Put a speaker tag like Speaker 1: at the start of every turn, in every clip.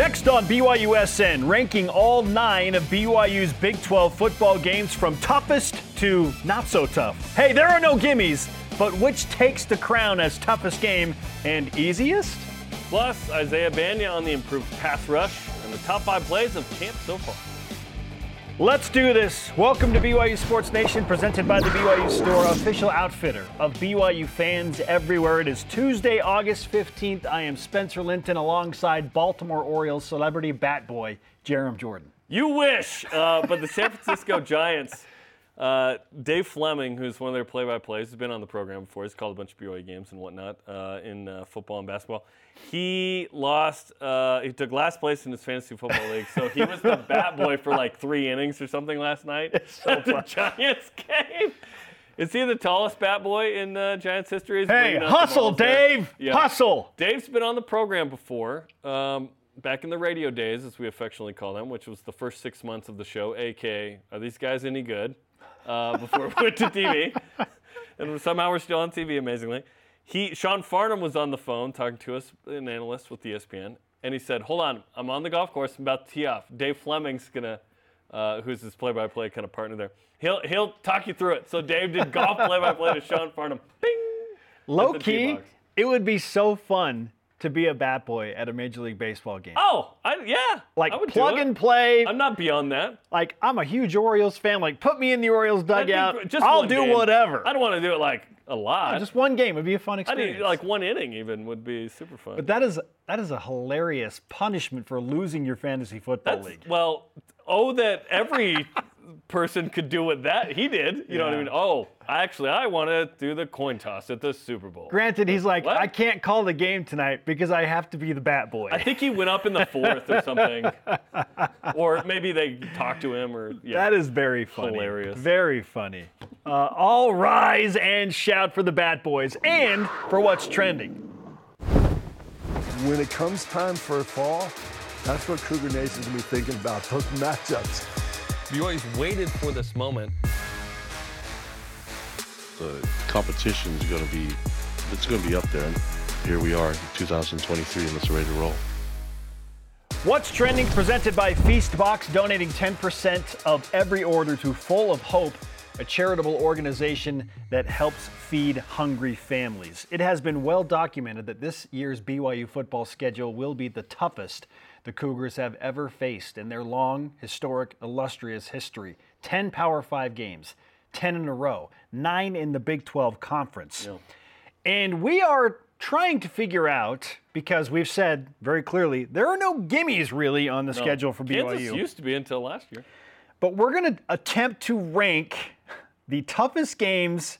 Speaker 1: Locked On BYUSN, ranking all nine of BYU's Big 12 football games from toughest to not so tough. Hey, there are no gimmies, but which takes the crown as toughest game and easiest?
Speaker 2: Plus, Isaiah Banya on the improved pass rush and the top five plays of camp so far.
Speaker 1: Let's do this. Welcome to BYU Sports Nation, presented by the BYU Store, official outfitter of BYU fans everywhere. It is Tuesday, August 15th. I am Spencer Linton alongside Baltimore Orioles celebrity bat boy, Jerem Jordan.
Speaker 2: You wish, uh, but the San Francisco Giants, uh, Dave Fleming, who's one of their play by plays, has been on the program before. He's called a bunch of BYU games and whatnot uh, in football and basketball. He lost. Uh, he took last place in his fantasy football league, so he was the bat boy for like three innings or something last night
Speaker 1: so
Speaker 2: at the
Speaker 1: fun.
Speaker 2: Giants game. Is he the tallest bat boy in uh, Giants history? He's
Speaker 1: Hey,
Speaker 2: bringing up the
Speaker 1: hustle,
Speaker 2: balls there.
Speaker 1: Dave!
Speaker 2: Yeah.
Speaker 1: Hustle!
Speaker 2: Dave's been on the program before, um, back in the radio days, as we affectionately call them, which was the first six months of the show. A.K. Are these guys any good? Uh, before we went to TV, and somehow we're still on TV. Amazingly, he Sean Farnham was on the phone talking to us, an analyst with E ESPN, and he said, "Hold on, I'm on the golf course. I'm about to tee off. Dave Fleming's gonna." Uh, who's his play-by-play kind of partner there? He'll he'll talk you through it. So Dave did golf play-by-play to Sean Farnham. Bing.
Speaker 1: Low
Speaker 2: the tee
Speaker 1: key,
Speaker 2: box.
Speaker 1: it would be so fun to be a bat boy at a Major League Baseball game.
Speaker 2: Oh, I, yeah.
Speaker 1: like
Speaker 2: I would do
Speaker 1: plug
Speaker 2: it.
Speaker 1: and play.
Speaker 2: I'm not beyond that.
Speaker 1: like I'm a huge Orioles fan. Like put me in the Orioles
Speaker 2: That'd be
Speaker 1: dugout.
Speaker 2: gr- just
Speaker 1: I'll
Speaker 2: one
Speaker 1: do
Speaker 2: game.
Speaker 1: whatever.
Speaker 2: I don't want to do it like a lot.
Speaker 1: just one game would be a fun
Speaker 2: I
Speaker 1: experience.
Speaker 2: need like one inning even would be super fun.
Speaker 1: But that is that is a hilarious punishment for losing your fantasy football
Speaker 2: That's-
Speaker 1: league.
Speaker 2: well, oh that every person could do what that he did. You know what I
Speaker 1: Yeah.
Speaker 2: mean? Oh, actually, I want to do the coin toss at the Super Bowl.
Speaker 1: Granted, he's like,
Speaker 2: What?
Speaker 1: I can't call the game tonight because I have to be the bat boy.
Speaker 2: I think he went up in the fourth or something, or maybe they talked to him or yeah.
Speaker 1: That is very funny.
Speaker 2: Hilarious.
Speaker 1: Very funny. Uh, all rise and shout for the Bat Boys and for what's trending.
Speaker 3: When it comes time for fall, that's what Cougar Nation's gonna be thinking about, those matchups.
Speaker 4: BYU's waited for this moment.
Speaker 5: the competition is going to be it's going to be up there and here we are 2023 and it's ready to roll
Speaker 1: What's trending presented by Feastbox, donating 10% of every order to Full of Hope, a charitable organization that helps feed hungry families. It has been well documented that this year's BYU football schedule will be the toughest the Cougars have ever faced in their long, historic, illustrious history. 10 Power 5 games, 10 in a row, 9 in the Big 12 Conference. And we are trying to figure out because we've said very clearly there are no gimmies really on the schedule for BYU.
Speaker 2: Kansas used to be until last year.
Speaker 1: But we're going to attempt to rank the toughest games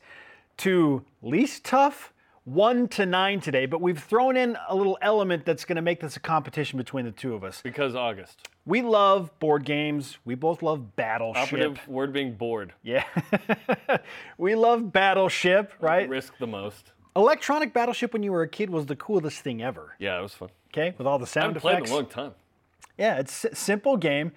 Speaker 1: to least tough, one to nine today. But we've thrown in a little element that's going to make this a competition between the two of us.
Speaker 2: Because August.
Speaker 1: We love board games. We both love Battleship.
Speaker 2: Operative word being bored.
Speaker 1: Yeah. we love Battleship, right?
Speaker 2: Risk the most.
Speaker 1: Electronic Battleship when you were a kid was the coolest thing ever.
Speaker 2: Yeah, it was fun.
Speaker 1: Okay, with all the
Speaker 2: I
Speaker 1: sound
Speaker 2: haven't played in
Speaker 1: effects.
Speaker 2: a long time.
Speaker 1: Yeah, it's a simple game.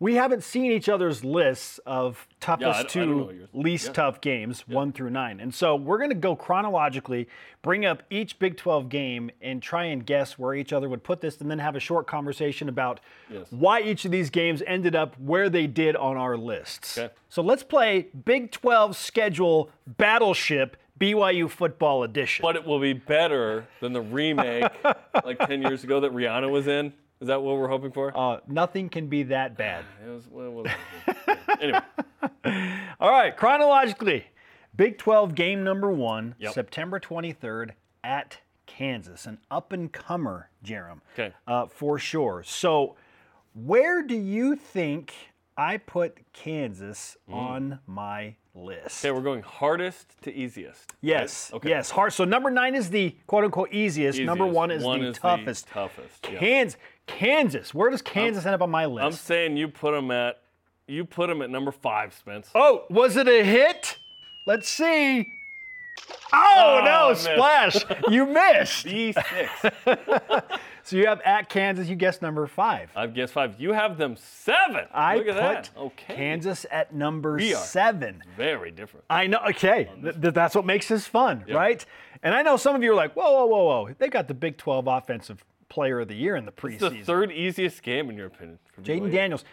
Speaker 1: We haven't seen each other's lists of
Speaker 2: I
Speaker 1: toughest
Speaker 2: don't- I don't know what
Speaker 1: to
Speaker 2: yours-
Speaker 1: least
Speaker 2: yeah.
Speaker 1: tough games, one through nine. And so we're going to go chronologically, bring up each Big 12 game, and try and guess where each other would put this, and then have a short conversation about why each of these games ended up where they did on our lists.
Speaker 2: Okay.
Speaker 1: So let's play Big 12 schedule Battleship BYU Football Edition.
Speaker 2: But it will be better than the remake like 10 years ago that Rihanna was in. Is that what we're hoping for?
Speaker 1: Uh, nothing can be that bad.
Speaker 2: It was- well, well, anyway,
Speaker 1: All right, chronologically, Big 12 game number one,
Speaker 2: Yep.
Speaker 1: September 23rd at Kansas, an up and comer, Jerem.
Speaker 2: Okay.
Speaker 1: Uh, for sure. So, where do you think I put Kansas
Speaker 2: Mm.
Speaker 1: on my list?
Speaker 2: okay, we're going hardest to easiest.
Speaker 1: yes.
Speaker 2: Okay.
Speaker 1: Yes. Hard. So, number nine is the quote unquote easiest. Number
Speaker 2: Easiest.
Speaker 1: one is
Speaker 2: One
Speaker 1: the
Speaker 2: is the
Speaker 1: toughest.
Speaker 2: toughest, yeah.
Speaker 1: Kansas. Kansas. Where does Kansas end up on my
Speaker 2: I'm
Speaker 1: list?
Speaker 2: saying you put them at you put 'em at number 5, Spence.
Speaker 1: Oh, was it a hit? Let's see. Oh,
Speaker 2: Oh, I
Speaker 1: no,
Speaker 2: missed.
Speaker 1: splash. You missed.
Speaker 2: D6.
Speaker 1: So you have at Kansas, you guessed number five.
Speaker 2: I've guessed 5. You have them 7.
Speaker 1: I
Speaker 2: Look
Speaker 1: put
Speaker 2: at that. Okay.
Speaker 1: Kansas at number
Speaker 2: We are.
Speaker 1: seven.
Speaker 2: Very different.
Speaker 1: I know. Okay, Th- th- that's what makes this fun, right? And I know some of you are like, whoa, whoa, whoa, whoa. They got the Big 12 offensive player of the year in the
Speaker 2: It's the
Speaker 1: preseason.
Speaker 2: third easiest game in your opinion. for BYU?
Speaker 1: Jaden Daniels.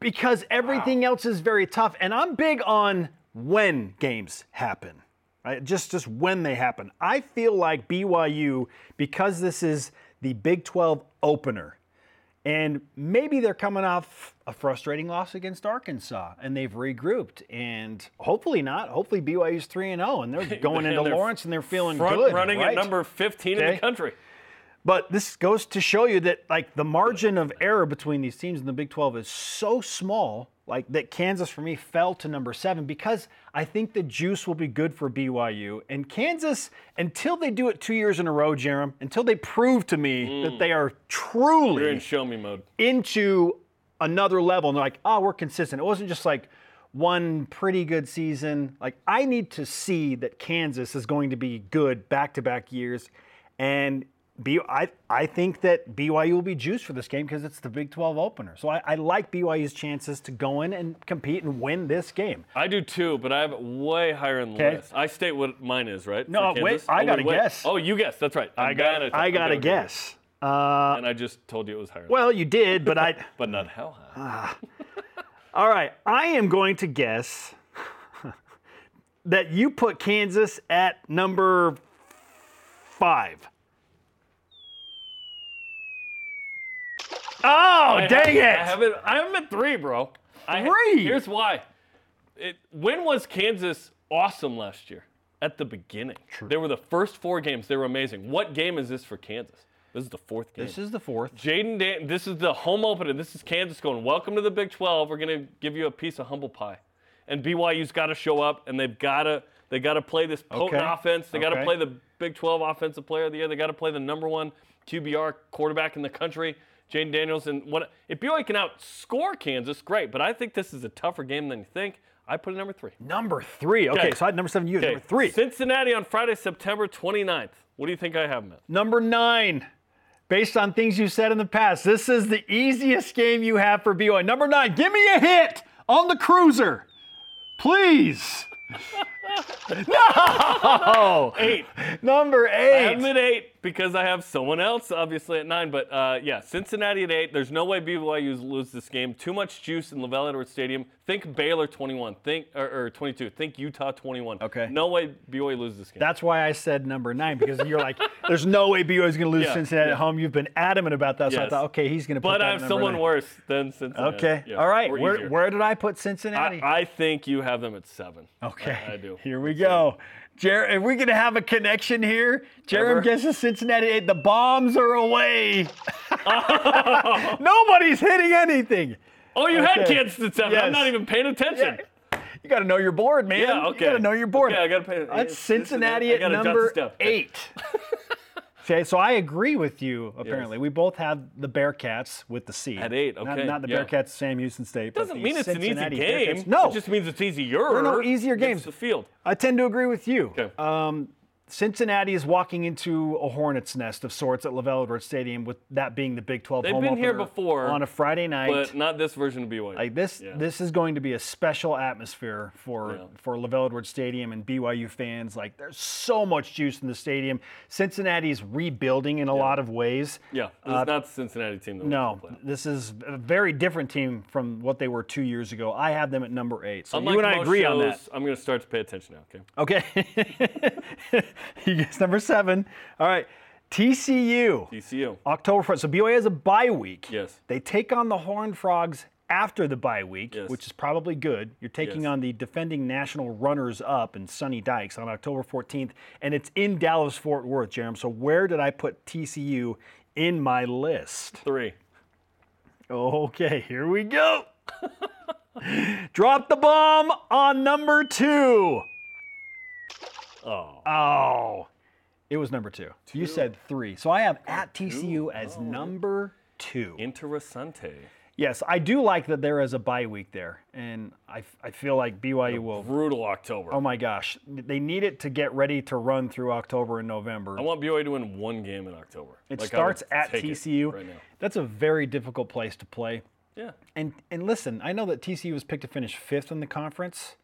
Speaker 1: Because everything else is very tough, and I'm big on when games happen, right? Just just when they happen. I feel like BYU, because this is the Big 12 opener, and maybe they're coming off a frustrating loss against Arkansas, and they've regrouped, and hopefully not. Hopefully BYU's three and zero, and they're going
Speaker 2: And
Speaker 1: into
Speaker 2: they're
Speaker 1: Lawrence, and they're feeling
Speaker 2: front
Speaker 1: good,
Speaker 2: running
Speaker 1: right?
Speaker 2: at number 15 in
Speaker 1: Okay.
Speaker 2: the country.
Speaker 1: But this goes to show you that like the margin of error between these teams in the Big 12 is so small, like that Kansas for me fell to number 7 because I think the juice will be good for BYU and Kansas until they do it 2 years in a row, Jerem, until they prove to me that they are
Speaker 2: Mm. You're
Speaker 1: truly
Speaker 2: in show me mode.
Speaker 1: into another level and they're like, oh, we're consistent. It wasn't just like one pretty good season. Like, I need to see that Kansas is going to be good back to back years. And B- I, I think that BYU will be juiced for this game because it's the Big 12 opener. So I, I like BYU's chances to go in and compete and win this game.
Speaker 2: I do too, but I have it way higher in the
Speaker 1: 'Kay.
Speaker 2: list. I state what mine is, right?
Speaker 1: No,
Speaker 2: For
Speaker 1: wait,
Speaker 2: Kansas?
Speaker 1: I
Speaker 2: Oh,
Speaker 1: got a
Speaker 2: wait.
Speaker 1: guess.
Speaker 2: Oh, you guessed. That's right. I'm bad at-
Speaker 1: I
Speaker 2: I'm
Speaker 1: got
Speaker 2: bad
Speaker 1: a
Speaker 2: at numbers.
Speaker 1: guess. Uh,
Speaker 2: And I just told you it was higher.
Speaker 1: well, uh, you did, but I.
Speaker 2: but not how high.
Speaker 1: All right, I am going to guess that you put Kansas at number five. Oh,
Speaker 2: I
Speaker 1: dang
Speaker 2: have-
Speaker 1: it!
Speaker 2: I have it. I'm at three, bro. I,
Speaker 1: Three?
Speaker 2: Here's why. It, when was Kansas awesome last year? At the beginning. They were the first four games. They were amazing. What game is this for Kansas? This is the fourth game.
Speaker 1: This is the fourth.
Speaker 2: Jaden Dan, this is the home opener. This is Kansas going, welcome to the Big 12. We're going to give you a piece of humble pie. And BYU's got to show up, and they've got to they got to play this potent
Speaker 1: Okay.
Speaker 2: offense. They got to
Speaker 1: Okay.
Speaker 2: play the Big 12 offensive player of the year. They got to play the number one QBR quarterback in the country, Jaden Daniels. And what if BYU can outscore Kansas? Great, but I think this is a tougher game than you think. I put it number three.
Speaker 1: Number three. Okay,
Speaker 2: Okay.
Speaker 1: so I had number seven. You had
Speaker 2: Okay,
Speaker 1: number three.
Speaker 2: Cincinnati on Friday, September 29th. What do you think I have, Matt?
Speaker 1: Number nine. Based on things you said in the past, this is the easiest game you have for BYU. Number nine. Give me a hit on the cruiser, please. no.
Speaker 2: Eight.
Speaker 1: Number
Speaker 2: I have them
Speaker 1: eight.
Speaker 2: at eight because I have someone else, obviously, at nine. But uh, yeah, Cincinnati at eight. There's no way BYU lose this game. Too much juice in Lavelle Edwards Stadium. Think Baylor 21. Think or, or 22. Think Utah 21.
Speaker 1: Okay.
Speaker 2: No way BYU loses this game.
Speaker 1: That's why I said number nine because you're like, there's no way BYU is going to lose
Speaker 2: Yeah,
Speaker 1: Cincinnati
Speaker 2: yeah.
Speaker 1: at home. You've been adamant about that, so I
Speaker 2: Yes.
Speaker 1: thought, okay, he's going to put
Speaker 2: but
Speaker 1: that
Speaker 2: I
Speaker 1: at
Speaker 2: have
Speaker 1: number
Speaker 2: someone
Speaker 1: nine.
Speaker 2: worse than Cincinnati.
Speaker 1: Okay,
Speaker 2: Yeah,
Speaker 1: all right.
Speaker 2: or
Speaker 1: Where,
Speaker 2: easier.
Speaker 1: where did I put Cincinnati?
Speaker 2: I, I think you have them at seven.
Speaker 1: okay,
Speaker 2: I, I do. uh,
Speaker 1: Here we go. Jer- are we going to have a connection here? Jerem guesses Cincinnati. eight. The bombs are away. Nobody's hitting anything.
Speaker 2: Oh, you had
Speaker 1: Okay.
Speaker 2: Kansas at seven. I'm
Speaker 1: Yes.
Speaker 2: not even paying attention.
Speaker 1: Yeah. You got to know your board, man.
Speaker 2: Yeah, okay.
Speaker 1: You got to know your board.
Speaker 2: Yeah, I got to pay.
Speaker 1: That's Cincinnati
Speaker 2: I
Speaker 1: at
Speaker 2: gotta jot
Speaker 1: number
Speaker 2: this down.
Speaker 1: eight. okay, so I agree with you. Apparently, we both have the Bearcats with the C
Speaker 2: At eight,
Speaker 1: Not-
Speaker 2: okay,
Speaker 1: Not, the
Speaker 2: yeah.
Speaker 1: Bearcats, Sam Houston State. but
Speaker 2: doesn't
Speaker 1: the
Speaker 2: mean it's
Speaker 1: Cincinnati
Speaker 2: an easy game.
Speaker 1: Bearcats. No,
Speaker 2: it just means it's easier.
Speaker 1: are no easier games.
Speaker 2: It's the field.
Speaker 1: I tend to agree with you.
Speaker 2: Okay.
Speaker 1: Um, Cincinnati is walking into a hornet's nest of sorts at Lavelle Edwards Stadium, with that being the Big 12
Speaker 2: They've
Speaker 1: home
Speaker 2: been here
Speaker 1: opener
Speaker 2: before,
Speaker 1: on a Friday night.
Speaker 2: But not this version of BYU.
Speaker 1: Um, Like this,
Speaker 2: Yeah.
Speaker 1: this is going to be a special atmosphere for
Speaker 2: Yeah.
Speaker 1: for Lavelle Edwards Stadium and BYU fans. Like there's so much juice in the stadium. Cincinnati's rebuilding in a lot of ways.
Speaker 2: yeah, this is not the Cincinnati team. That
Speaker 1: Uh, No,
Speaker 2: we played.
Speaker 1: this is a very different team from what they were two years ago. I have them at number eight. So
Speaker 2: Unlike
Speaker 1: you and I
Speaker 2: most
Speaker 1: agree on that.
Speaker 2: shows, I'm going to start to pay attention now. Okay.
Speaker 1: Okay. he gets number seven. All right. TCU.
Speaker 2: DCU.
Speaker 1: October 1st. So BYU has a bye week.
Speaker 2: Yes.
Speaker 1: They take on the Horned Frogs after the bye week,
Speaker 2: Yes.
Speaker 1: which is probably good. You're taking
Speaker 2: Yes.
Speaker 1: on the defending national runners up and Sonny Dykes on October 14th, and it's in Dallas Fort Worth, Jerem. So where did I put TCU in my list?
Speaker 2: Three.
Speaker 1: Okay, here we go. Drop the bomb on number two.
Speaker 2: Oh.
Speaker 1: Oh, it was number two. You said three. So I have
Speaker 2: Oh,
Speaker 1: at TCU as number two.
Speaker 2: Interessante.
Speaker 1: Yes, I do like that there is a bye week there, and I, f- I feel like BYU will.
Speaker 2: Brutal October.
Speaker 1: Oh my gosh, they need it to get ready to run through October and November.
Speaker 2: I want BYU to win one game in October.
Speaker 1: It
Speaker 2: Like, I would
Speaker 1: starts at
Speaker 2: take it
Speaker 1: TCU.
Speaker 2: right now.
Speaker 1: That's a very difficult place to play.
Speaker 2: Yeah.
Speaker 1: And and listen, I know that TCU was picked to finish fifth in the conference.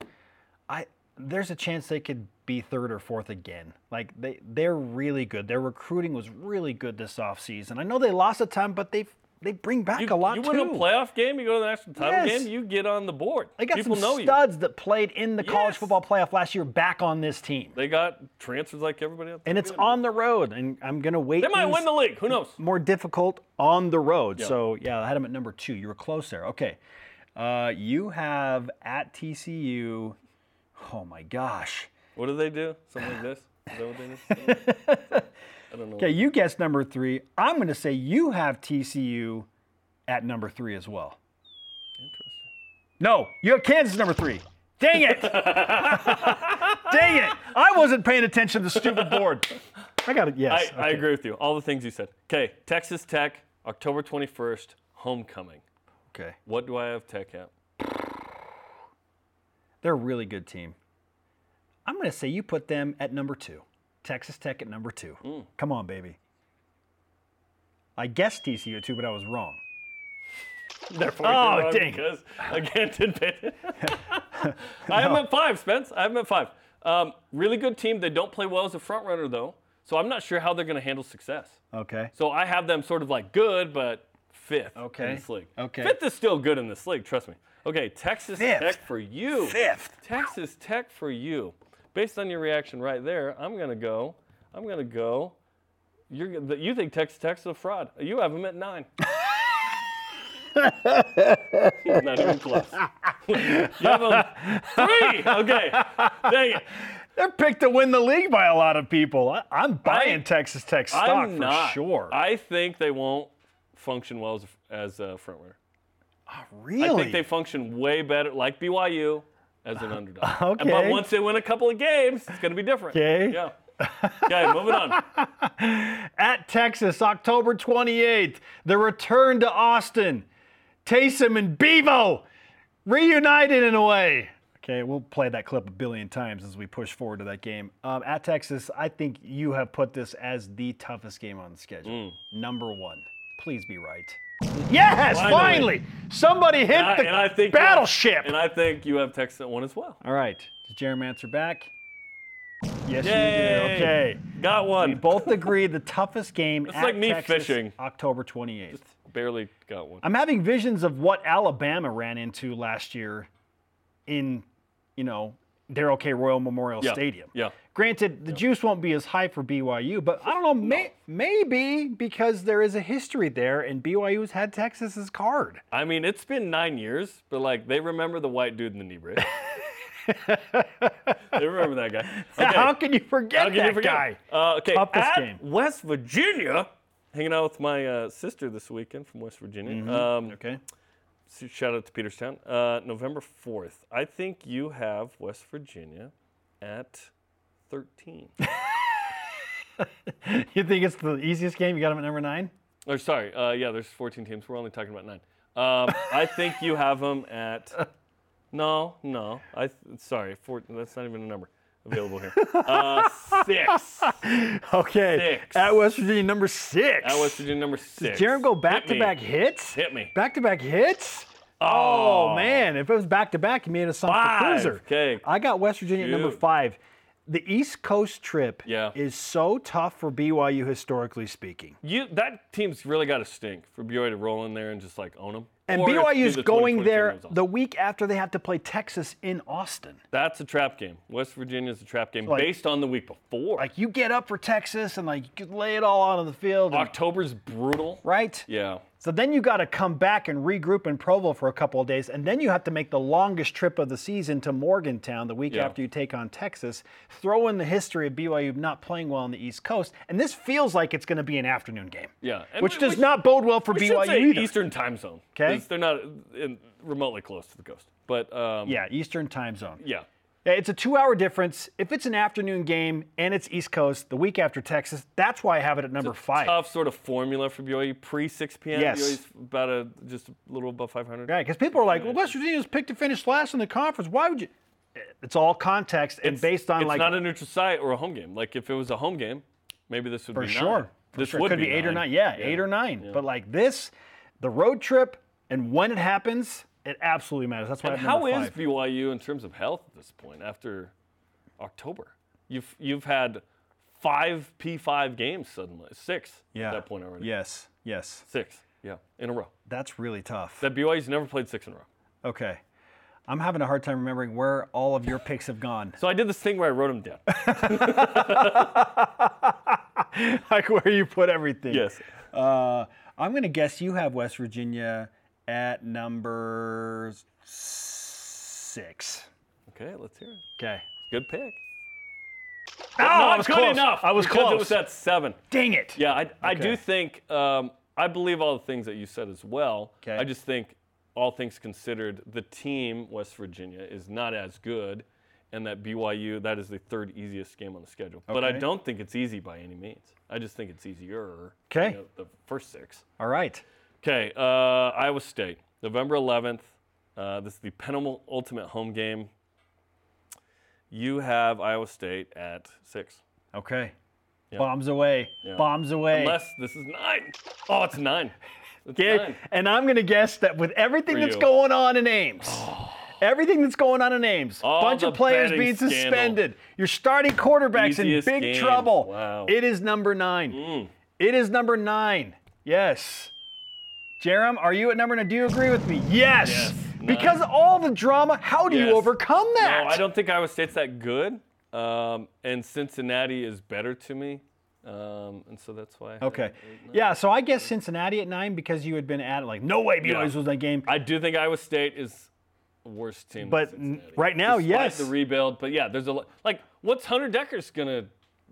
Speaker 1: I there's a chance they could be third or fourth again. Like they they're really good. Their recruiting was really good this offseason. I know they lost a ton, but they they bring back
Speaker 2: You,
Speaker 1: a lot
Speaker 2: you
Speaker 1: too.
Speaker 2: win a playoff game, you go to the national title
Speaker 1: Yes.
Speaker 2: game, you get on the board.
Speaker 1: they got
Speaker 2: People
Speaker 1: some
Speaker 2: know you.
Speaker 1: studs that played in the college
Speaker 2: Yes.
Speaker 1: football playoff last year back on this team.
Speaker 2: They got transfers like everybody else.
Speaker 1: and it's on the road, and I'm gonna wait.
Speaker 2: They might
Speaker 1: and
Speaker 2: win the league. Who knows?
Speaker 1: more difficult on the road. So yeah, I had them at number two. You were close there. Okay, uh, you have at TCU. Oh my gosh.
Speaker 2: What do they do? Something like this? Is that what they do?
Speaker 1: Okay, you guessed number three. I'm going to say you have TCU at number three as well. No, you have Kansas number three. Dang it! Dang it! I wasn't paying attention to the stupid board. I got it.
Speaker 2: I,
Speaker 1: Yes.
Speaker 2: I
Speaker 1: okay.
Speaker 2: agree with you. All the things you said. Okay, Texas Tech, October 21st, homecoming.
Speaker 1: Okay.
Speaker 2: What do I have Tech at?
Speaker 1: They're a really good team. I'm going to say you put them at number two. Texas Tech at number two.
Speaker 2: Mm.
Speaker 1: Come on, baby. I guessed TCU at two, but I was wrong.
Speaker 2: Therefore,
Speaker 1: Oh,
Speaker 2: you're wrong
Speaker 1: dang.
Speaker 2: Because again, did pay. I have them at five, Spence. I have them at five. Um, really good team. They don't play well as a front runner though, so I'm not sure how they're going to handle success.
Speaker 1: Okay.
Speaker 2: So I have them sort of like good, but fifth
Speaker 1: Okay.
Speaker 2: in this league.
Speaker 1: Okay.
Speaker 2: Fifth is still good in this league, trust me. Okay, Texas
Speaker 1: Fifth.
Speaker 2: Tech for you.
Speaker 1: Fifth.
Speaker 2: Texas Tech for you. Based on your reaction right there, I'm gonna go. I'm gonna go. You're, gonna- you think Texas Tech's a fraud? You have them at nine. Not even close. you have them three. Okay. Dang it.
Speaker 1: They're picked to win the league by a lot of people. I, I'm buying
Speaker 2: I-
Speaker 1: Texas Tech stock
Speaker 2: I'm
Speaker 1: for
Speaker 2: not
Speaker 1: sure.
Speaker 2: I think they won't function well as, as a front runner.
Speaker 1: really?
Speaker 2: I think they function way better, like BYU, as an underdog.
Speaker 1: okay.
Speaker 2: But once they win a couple of games, it's going to be different.
Speaker 1: Okay.
Speaker 2: Yeah. Okay, moving on.
Speaker 1: At Texas, October 28th, the return to Austin. Taysom and Bevo reunited in a way. Okay, we'll play that clip a billion times as we push forward to that game. Um, at Texas, I think you have put this as the toughest game on the schedule. Number one. Please be right. Yes, finally,
Speaker 2: Mm. Finally.
Speaker 1: somebody hit
Speaker 2: I-
Speaker 1: the
Speaker 2: and I think
Speaker 1: battleship.
Speaker 2: and I think you have Texas at one as well.
Speaker 1: All right. Is Jeremy answer back? Yes, you
Speaker 2: Yay.
Speaker 1: do. Okay.
Speaker 2: Got
Speaker 1: We
Speaker 2: one.
Speaker 1: both agree the toughest game
Speaker 2: It's
Speaker 1: at
Speaker 2: like me
Speaker 1: Texas,
Speaker 2: fishing.
Speaker 1: October 28th.
Speaker 2: Barely got one.
Speaker 1: I'm having visions of what Alabama ran into last year in, you know, Darryl K. Royal Memorial
Speaker 2: Yeah,
Speaker 1: Stadium.
Speaker 2: yeah.
Speaker 1: Granted, the juice won't be as high for BYU, but I don't know, may, maybe because there is a history there and BYU's had Texas's card.
Speaker 2: I mean, it's been nine years, but like they remember the white dude in the knee brace. they remember that guy. Okay.
Speaker 1: How can you forget
Speaker 2: How can
Speaker 1: that
Speaker 2: you forget?
Speaker 1: guy?
Speaker 2: Uh, okay,
Speaker 1: Toughest
Speaker 2: at
Speaker 1: game.
Speaker 2: West Virginia, hanging out with my uh, sister this weekend from West Virginia.
Speaker 1: Mm-hmm.
Speaker 2: Um,
Speaker 1: Okay.
Speaker 2: so shout out to Peterstown. Uh, November 4th. I think you have West Virginia at 13.
Speaker 1: You think it's the easiest game? You got him at number nine?
Speaker 2: or sorry, uh, yeah, there's 14 teams. We're only talking about nine. Um, I think you have them at. No, no. I th- sorry, four, that's not even a number available here. Uh, six.
Speaker 1: Okay.
Speaker 2: Six.
Speaker 1: At West Virginia, number six.
Speaker 2: At West Virginia, number six.
Speaker 1: Did Jerem go
Speaker 2: Hit
Speaker 1: back to
Speaker 2: me.
Speaker 1: back hits?
Speaker 2: Hit me.
Speaker 1: Back to back hits? Oh, man. If it was back to back, he made a song
Speaker 2: Five.
Speaker 1: for Cruiser.
Speaker 2: Okay.
Speaker 1: I got West Virginia at number
Speaker 2: Shoot.
Speaker 1: five. The East Coast trip
Speaker 2: Yeah.
Speaker 1: is so tough for BYU historically speaking.
Speaker 2: You that team's really got to stink for BYU to roll in there and just like own them.
Speaker 1: And BYU's going there the week after they have to play Texas in Austin.
Speaker 2: That's a trap game. West Virginia's a trap game
Speaker 1: Like-
Speaker 2: based on the week before.
Speaker 1: Like you get up for Texas and like you could lay it all out on the field. and-
Speaker 2: October's brutal.
Speaker 1: right?
Speaker 2: Yeah.
Speaker 1: So then you got to come back and regroup in Provo for a couple of days, and then you have to make the longest trip of the season to Morgantown the week
Speaker 2: Yeah.
Speaker 1: after you take on Texas. Throw in the history of BYU not playing well on the East Coast, and this feels like it's going to be an afternoon game.
Speaker 2: Yeah, and
Speaker 1: which
Speaker 2: we-
Speaker 1: does
Speaker 2: we-
Speaker 1: not bode well for
Speaker 2: We should
Speaker 1: BYU
Speaker 2: say
Speaker 1: either.
Speaker 2: Eastern time zone.
Speaker 1: 'Kay.
Speaker 2: 'cause They're not in, remotely close to the coast. But um,
Speaker 1: yeah, Eastern time zone.
Speaker 2: yeah.
Speaker 1: Yeah, It's a two-hour difference. If it's an afternoon game and it's East Coast the week after Texas, that's why I have it at number five.
Speaker 2: Tough sort of formula for BYU pre 6 p.m.
Speaker 1: Yes.
Speaker 2: BYU's about a just a little above 500.
Speaker 1: Right, because people are like, well, West Virginia's picked to finish last in the conference. Why would you? It's all context and based on
Speaker 2: it's
Speaker 1: like
Speaker 2: not a neutral site or a home game. Like if it was a home game, maybe this would
Speaker 1: for
Speaker 2: be nine.
Speaker 1: sure. For
Speaker 2: This
Speaker 1: sure.
Speaker 2: would
Speaker 1: could be, eight or nine. Yeah, eight or nine. But like this, the road trip and when it happens, it absolutely matters. That's why. I
Speaker 2: And
Speaker 1: have
Speaker 2: how
Speaker 1: number
Speaker 2: is
Speaker 1: five.
Speaker 2: BYU in terms of health at this point after October. You've you've had five P5 games suddenly, six
Speaker 1: Yeah.
Speaker 2: at that point already.
Speaker 1: Yes. Yes.
Speaker 2: Six, yeah, in a row.
Speaker 1: That's really tough.
Speaker 2: That BYU's never played six in a row.
Speaker 1: Okay. I'm having a hard time remembering where all of your picks have gone.
Speaker 2: So I did this thing where I wrote them down.
Speaker 1: like where you put everything.
Speaker 2: yes.
Speaker 1: Uh, I'm going to guess you have West Virginia at number s- six.
Speaker 2: Okay, let's hear it.
Speaker 1: Okay.
Speaker 2: Good pick.
Speaker 1: Oh,
Speaker 2: Not good enough.
Speaker 1: I was
Speaker 2: because
Speaker 1: close.
Speaker 2: It was at seven.
Speaker 1: Dang it.
Speaker 2: Yeah, I, I do
Speaker 1: Okay.
Speaker 2: think um, I believe all the things that you said as well.
Speaker 1: 'Kay.
Speaker 2: I just think all things considered, the team West Virginia is not as good, and that BYU that is the third easiest game on the schedule. But I
Speaker 1: Okay.
Speaker 2: don't think it's easy by any means. I just think it's easier.
Speaker 1: 'Kay.
Speaker 2: you know, the first six.
Speaker 1: All right.
Speaker 2: Okay, uh, Iowa State, November 11th. Uh, this is the penultimate home game. You have Iowa State at six.
Speaker 1: Okay. Bombs away. Bombs away.
Speaker 2: Unless this is nine. Oh, it's nine. It's
Speaker 1: Okay,
Speaker 2: nine.
Speaker 1: And I'm going to guess that with everything
Speaker 2: For
Speaker 1: that's
Speaker 2: you.
Speaker 1: going on in Ames, everything that's going on in Ames,
Speaker 2: All
Speaker 1: bunch of
Speaker 2: the
Speaker 1: players
Speaker 2: betting
Speaker 1: being
Speaker 2: scandal.
Speaker 1: suspended, your starting quarterback's
Speaker 2: Easiest
Speaker 1: in big
Speaker 2: game.
Speaker 1: trouble.
Speaker 2: Wow. Mm.
Speaker 1: It is number nine. It is number nine. Yes. Jerem, are you at number nine? Do you agree with me? Yes.
Speaker 2: Yes,
Speaker 1: Because all the drama, how do you
Speaker 2: Yes.
Speaker 1: overcome that?
Speaker 2: No, I don't think Iowa State's that good. Um, and Cincinnati is better to me. Um, and so that's why. I had
Speaker 1: Okay.
Speaker 2: it at nine.
Speaker 1: Yeah, so I guess Cincinnati at nine because you had been at it like, no way BYU
Speaker 2: Yeah.
Speaker 1: was that game.
Speaker 2: I do think Iowa State is the worst team. than
Speaker 1: But n-
Speaker 2: Cincinnati.
Speaker 1: right now,
Speaker 2: Despite
Speaker 1: yes.
Speaker 2: the rebuild. But yeah, there's a lot. Like, what's Hunter Decker's gonna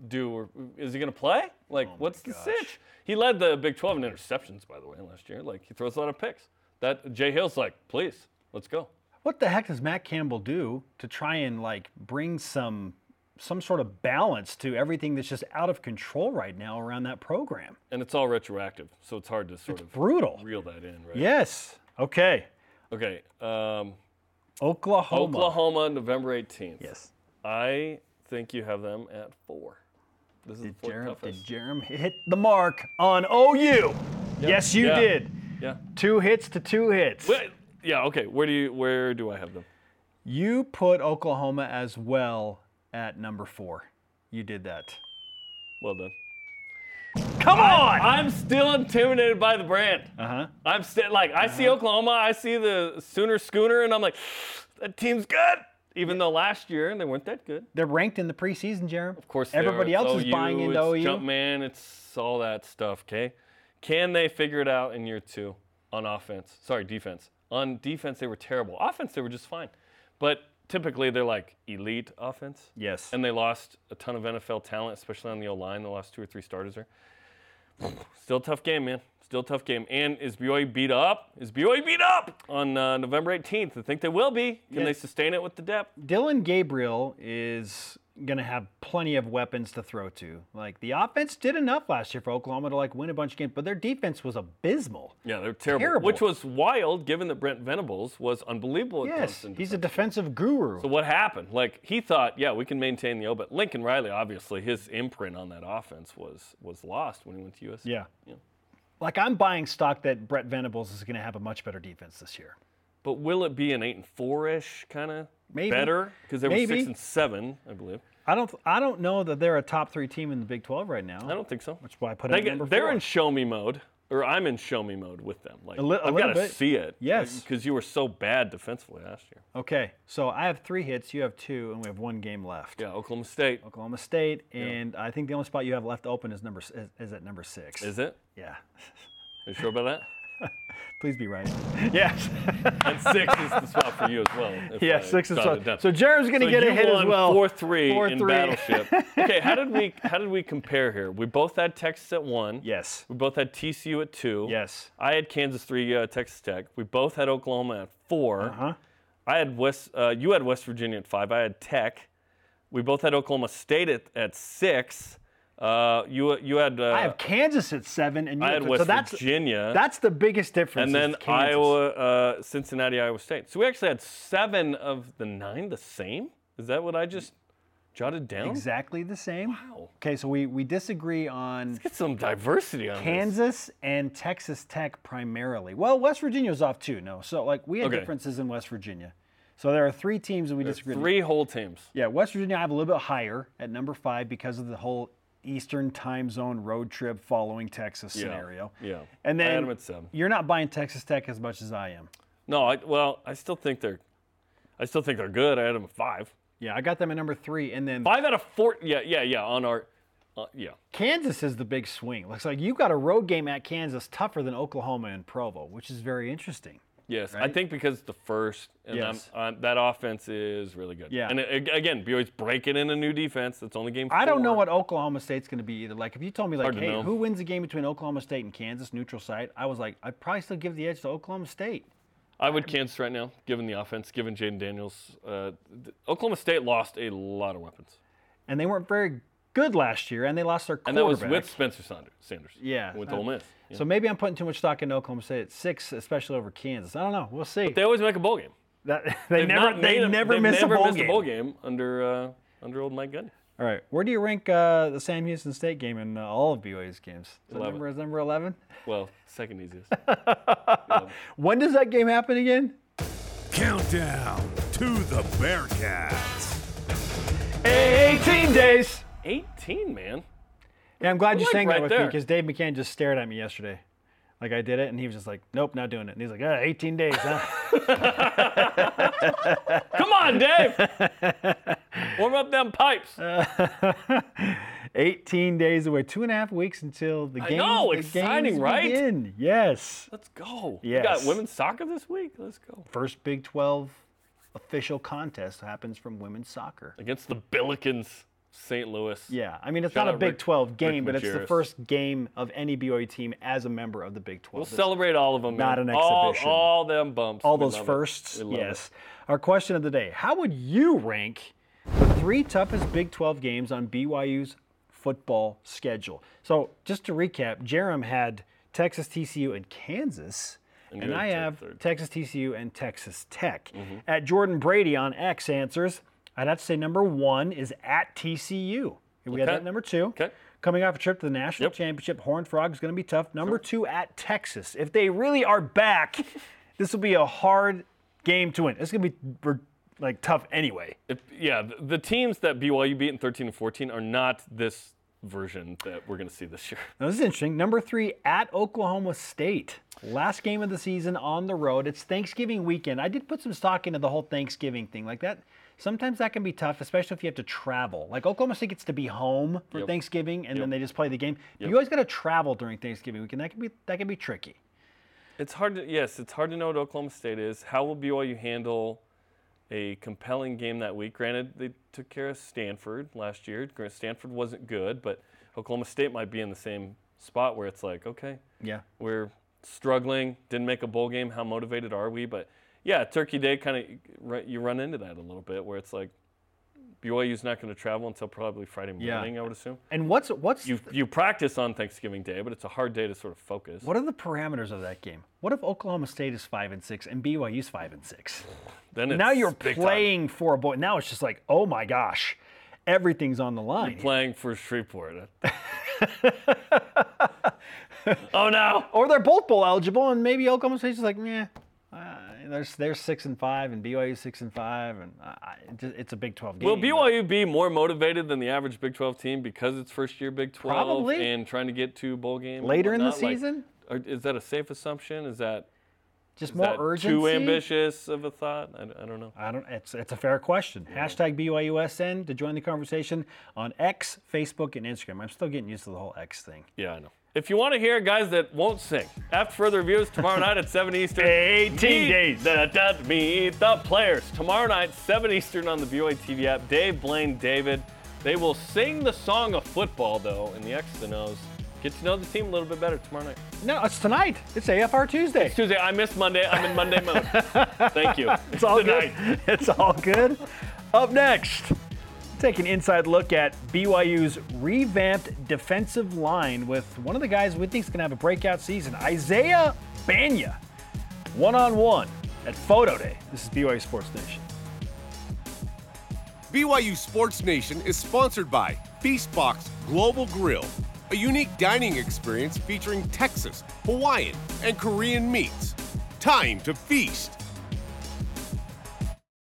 Speaker 2: do? Or is he gonna play?
Speaker 1: Oh
Speaker 2: Like, what's the sitch? He led the Big 12 in interceptions, by the way, last year. Like, he throws a lot of picks. That Jay Hill's like, please, let's go.
Speaker 1: What the heck does Matt Campbell do to try and like bring some some sort of balance to everything that's just out of control right now around that program?
Speaker 2: And it's all retroactive, so it's hard to sort of
Speaker 1: Brutal.
Speaker 2: reel that in, right?
Speaker 1: Yes. Okay.
Speaker 2: Okay. Um,
Speaker 1: Oklahoma.
Speaker 2: Oklahoma, November 18th.
Speaker 1: Yes.
Speaker 2: I think you have them at four. This is the fourth
Speaker 1: Jerem, did
Speaker 2: toughest.
Speaker 1: Jerem hit the mark on OU? Yes, you
Speaker 2: Yeah.
Speaker 1: did.
Speaker 2: Yeah.
Speaker 1: Two hits to two hits.
Speaker 2: Wait, yeah. Okay. Where do you? Where do I have them?
Speaker 1: You put Oklahoma as well at number four. You did that.
Speaker 2: Well done.
Speaker 1: Come on!
Speaker 2: I'm still intimidated by the brand.
Speaker 1: uh-huh.
Speaker 2: I'm still like I see Oklahoma, I see the Sooner Schooner, and I'm like, that team's good. Even though last year they weren't that good.
Speaker 1: They're ranked in the preseason, Jerem. Of
Speaker 2: Of course, they are.
Speaker 1: Everybody
Speaker 2: It's
Speaker 1: else is
Speaker 2: OU,
Speaker 1: buying E into
Speaker 2: it's
Speaker 1: OU.
Speaker 2: Jumpman, it's all that stuff. Okay, can they figure it out in year two on offense? Sorry, defense. On defense, they were terrible. Offense, they were just fine. But typically, they're like elite offense.
Speaker 1: Yes.
Speaker 2: And they lost a ton of NFL talent, especially on the O line. They lost two or three starters there. Still a tough game, man. Still a tough game. And is BYU beat up? Is BYU beat up on uh, November 18th? I think they will be. Can they sustain it with the depth?
Speaker 1: Dylan Gabriel is going to have plenty of weapons to throw to. Like the offense did enough last year for Oklahoma to like win a bunch of games, but their defense was abysmal.
Speaker 2: Yeah, they're terrible.
Speaker 1: Terrible.
Speaker 2: Which was wild, given that Brent Venables was unbelievable. At
Speaker 1: Yes,
Speaker 2: Clemson.
Speaker 1: he's a defensive guru.
Speaker 2: So what happened? Like he thought, yeah, we can maintain the O, but Lincoln Riley, obviously, his imprint on that offense was was lost when he went to USC.
Speaker 1: yeah. Like I'm buying stock that Brett Venables is going to have a much better defense this year.
Speaker 2: But will it be an eight and four ish kind of
Speaker 1: Maybe.
Speaker 2: better? Because they were
Speaker 1: Maybe.
Speaker 2: six and seven, I believe.
Speaker 1: I don't I don't know that they're a top 3 team in the Big 12 right now.
Speaker 2: I don't think so.
Speaker 1: That's why I put
Speaker 2: They
Speaker 1: it at number
Speaker 2: are
Speaker 1: four.
Speaker 2: in show me mode, or I'm in show me mode with them. Like
Speaker 1: li- a
Speaker 2: I've
Speaker 1: little
Speaker 2: got to
Speaker 1: bit.
Speaker 2: see it.
Speaker 1: Yes.
Speaker 2: Because you were so bad defensively last year.
Speaker 1: okay. So I have 3 hits, you have 2 and we have 1 game left.
Speaker 2: Yeah, Oklahoma State.
Speaker 1: Oklahoma State and I think the only spot you have left open is number s- is, is at number 6.
Speaker 2: Is it?
Speaker 1: yeah.
Speaker 2: Are you sure about that?
Speaker 1: Please be right. Yes.
Speaker 2: And six is the spot for you as well. if
Speaker 1: Yeah,
Speaker 2: I
Speaker 1: six and
Speaker 2: jotted
Speaker 1: so.
Speaker 2: it down.
Speaker 1: So Jerem's gonna
Speaker 2: So
Speaker 1: get a
Speaker 2: you
Speaker 1: hit as
Speaker 2: won
Speaker 1: well.
Speaker 2: Four three in
Speaker 1: 4-3.
Speaker 2: Battleship. okay, how did we how did we compare here? We both had Texas at one.
Speaker 1: Yes.
Speaker 2: We both had TCU at two.
Speaker 1: Yes.
Speaker 2: I had Kansas three, uh, Texas Tech. We both had Oklahoma at 4 Uh-huh. I had West. Uh, you had West Virginia at five. I had Tech. We both had Oklahoma State at, at six. Uh, you you had. Uh,
Speaker 1: I have Kansas at seven, and you
Speaker 2: I
Speaker 1: have-
Speaker 2: had West
Speaker 1: so that's,
Speaker 2: Virginia.
Speaker 1: That's the biggest difference.
Speaker 2: and
Speaker 1: is
Speaker 2: then
Speaker 1: Kansas.
Speaker 2: Iowa, uh, Cincinnati, Iowa State. So we actually had seven of the nine the same. Is that what I just jotted down?
Speaker 1: Exactly the same.
Speaker 2: Wow.
Speaker 1: Okay, so we we disagree on
Speaker 2: Get some diversity on this.
Speaker 1: Kansas and Texas Tech primarily. Well, West Virginia was off too. No, so like we had
Speaker 2: Okay.
Speaker 1: differences in West Virginia. So there are three teams that we disagree.
Speaker 2: Three whole teams.
Speaker 1: Yeah, West Virginia I have a little bit higher at number five because of the whole Eastern time zone road trip following Texas scenario.
Speaker 2: yeah.
Speaker 1: And then
Speaker 2: I had 'em at seven.
Speaker 1: you're not buying Texas Tech as much as I am.
Speaker 2: No, I, well, I still think they're, I still think they're good. I had them at five.
Speaker 1: Yeah, I got them at number three, and then
Speaker 2: Five out of four. Yeah, yeah, yeah. On our, uh, yeah.
Speaker 1: Kansas is the big swing. Looks like you've got a road game at Kansas tougher than Oklahoma and Provo, which is very interesting.
Speaker 2: Yes, I think because it's the first, and I'm-
Speaker 1: Yes.
Speaker 2: I'm- that offense is really good.
Speaker 1: Yeah.
Speaker 2: and a- again, BYU's breaking in a new defense. That's only game. Four.
Speaker 1: I don't know what Oklahoma State's going to be either. Like, if you told me, like,
Speaker 2: Hard to
Speaker 1: hey,
Speaker 2: know.
Speaker 1: who wins the game between Oklahoma State and Kansas, neutral site, I was like, I'd probably still give the edge to Oklahoma State.
Speaker 2: I would Kansas right now, given the offense, given Jaden Daniels. Uh, th- Oklahoma State lost a lot of weapons,
Speaker 1: And they weren't very good last year, and they lost their
Speaker 2: and
Speaker 1: quarterback.
Speaker 2: that was with Spencer Sanders. Sanders.
Speaker 1: Yeah,
Speaker 2: with
Speaker 1: that-
Speaker 2: Ole Miss.
Speaker 1: So maybe I'm putting too much stock into Oklahoma State at six, especially over Kansas. I don't know. We'll see.
Speaker 2: They always make a bowl game.
Speaker 1: That- they
Speaker 2: They've
Speaker 1: never
Speaker 2: not
Speaker 1: they
Speaker 2: made a-
Speaker 1: never
Speaker 2: they've
Speaker 1: miss
Speaker 2: never
Speaker 1: a, bowl
Speaker 2: missed
Speaker 1: game.
Speaker 2: a bowl game under uh, under old Mike Gundy.
Speaker 1: All right. Where do you rank uh, the Sam Houston State game in uh, all of BYU's games? Is that
Speaker 2: 11.
Speaker 1: number is number 11?
Speaker 2: Well, second easiest.
Speaker 1: When does that game happen again?
Speaker 6: Countdown to the Bearcats.
Speaker 1: 18 days.
Speaker 2: 18, man.
Speaker 1: Yeah, I'm glad you're
Speaker 2: We're like
Speaker 1: saying that
Speaker 2: right
Speaker 1: with me
Speaker 2: there.
Speaker 1: because Dave McCann just stared at me yesterday. Like I did it, and he was just like, "Nope, not doing it." And he's like, "Ah, 18 days, huh?"
Speaker 2: Come on, Dave. Warm up them pipes.
Speaker 1: Uh, 18 days away, two and a half weeks until the game.
Speaker 2: know, exciting, right?
Speaker 1: Begin. Yes.
Speaker 2: Let's go. We
Speaker 1: Yes.
Speaker 2: got women's soccer this week. Let's go.
Speaker 1: First Big 12 official contest happens from women's soccer.
Speaker 2: Against the Billikens, St. Louis.
Speaker 1: Yeah, I mean it's
Speaker 2: Shout
Speaker 1: not a
Speaker 2: out
Speaker 1: Big
Speaker 2: Rick-
Speaker 1: 12 game,
Speaker 2: Rick
Speaker 1: but it's the
Speaker 2: Majerus.
Speaker 1: first game of any BYU team as a member of the Big 12.
Speaker 2: We'll
Speaker 1: That's-
Speaker 2: celebrate all of them.
Speaker 1: Not
Speaker 2: man.
Speaker 1: an
Speaker 2: All-
Speaker 1: exhibition.
Speaker 2: All, them bumps.
Speaker 1: all
Speaker 2: We
Speaker 1: those
Speaker 2: love it.
Speaker 1: firsts.
Speaker 2: We love it.
Speaker 1: Yes. Our question of the day: How would you rank the three toughest Big 12 games on BYU's football schedule? So just to recap, Jerem had Texas, TCU, and Kansas. And,
Speaker 2: you
Speaker 1: I
Speaker 2: had
Speaker 1: have
Speaker 2: third. Mm-hmm.
Speaker 1: Texas TCU and Texas Tech. At Jordan Brady on X answers, I'd have to say number one is at TCU. We had
Speaker 2: Okay.
Speaker 1: that at number two.
Speaker 2: Okay.
Speaker 1: Coming off a trip to the national
Speaker 2: Yep.
Speaker 1: championship, Horned Frog is going to be tough. Number two at Texas. If they really are back, this will be a hard game to win. It's going to be we're, like tough anyway.
Speaker 2: If, yeah, th- the teams that BYU beat in 13 and 14 are not this version that we're going to see this year.
Speaker 1: Now, this is interesting. Number three at Oklahoma State. Last game of the season on the road. It's Thanksgiving weekend. I did put some stock into the whole Thanksgiving thing. Like that, sometimes that can be tough, especially if you have to travel. Like Oklahoma State gets to be home for Thanksgiving and then they just play the game. You always got to travel during Thanksgiving weekend. That can be that can be tricky.
Speaker 2: It's hard to yes, it's hard to know what Oklahoma State is. How will BYU handle a compelling game that week? Granted, they took care of Stanford last year. Granted, Stanford wasn't good, but Oklahoma State might be in the same spot where it's like, okay,
Speaker 1: Yeah.
Speaker 2: we're struggling, didn't make a bowl game. How motivated are we? But yeah, Turkey Day kind of you run into that a little bit where it's like BYU's not going to travel until probably Friday
Speaker 1: Yeah.
Speaker 2: morning, I would assume.
Speaker 1: And what's what's
Speaker 2: You you practice on Thanksgiving Day, but it's a hard day to sort of focus.
Speaker 1: What are the parameters of that game? What if Oklahoma State is five and six and BYU's five and six?
Speaker 2: Then it's
Speaker 1: now you're
Speaker 2: big time.
Speaker 1: playing for a boy. Now it's just like, oh my gosh, everything's on the line.
Speaker 2: playing for Shreveport. oh no!
Speaker 1: or they're both bowl eligible, and maybe Oklahoma State's just like, meh. Uh, they're, they're six and five, and BYU's six and five, and uh, it ju- it's a Big 12 game.
Speaker 2: Will BYU be more motivated than the average Big 12 team because it's first year Big 12
Speaker 1: Probably.
Speaker 2: and trying to get to a bowl game and
Speaker 1: Later in the
Speaker 2: whatnot? Like,
Speaker 1: season?
Speaker 2: are- is that a safe assumption? Is that,
Speaker 1: just
Speaker 2: is
Speaker 1: more
Speaker 2: that
Speaker 1: urgency.
Speaker 2: too ambitious of a thought? I, I don't know.
Speaker 1: I don't. It's it's a fair question. Hashtag BYUSN to join the conversation on X, Facebook, and Instagram. I'm still getting used to the whole X thing.
Speaker 2: Yeah, I know. If you want to hear guys that won't sing, after further reviews tomorrow night at 7 Eastern.
Speaker 1: 18
Speaker 2: meet
Speaker 1: days.
Speaker 2: The, da- meet the players. Tomorrow night, 7 Eastern on the BYU TV app. Dave, Blaine, David. They will sing the song of football, though, in the X's and O's. Get to know the team a little bit better tomorrow night.
Speaker 1: No, it's tonight. It's AFR Tuesday.
Speaker 2: It's Tuesday. I missed Monday. I'm in Monday mode. Thank you.
Speaker 1: It's all
Speaker 2: Tonight.
Speaker 1: good. It's all good. Up next, take an inside look at BYU's revamped defensive line with one of the guys we think is going to have a breakout season, Isaiah Banya, one on one at Photo Day. This is BYU Sports Nation.
Speaker 6: BYU Sports Nation is sponsored by Feastbox Global Grill, a unique dining experience featuring Texas, Hawaiian, and Korean meats. Time to feast.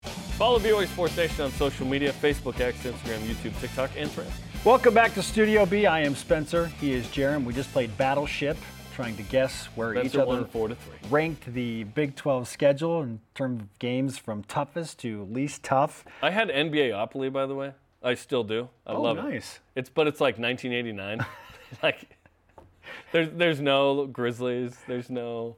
Speaker 2: Follow BYU Sports Nation on social media Facebook, X, Instagram, YouTube, TikTok, and Threads.
Speaker 1: Welcome back to Studio B. I am Spencer. He is Jerem. We just played Battleship, trying to guess where each
Speaker 2: Spencer
Speaker 1: other
Speaker 2: won four to three.
Speaker 1: ranked the Big 12 schedule in terms of games from toughest to least tough.
Speaker 2: I had NBA Opoly, by the way. I still do. I
Speaker 1: Oh,
Speaker 2: love it.
Speaker 1: nice.
Speaker 2: It's but it's like 1989. like there's there's no Grizzlies. There's no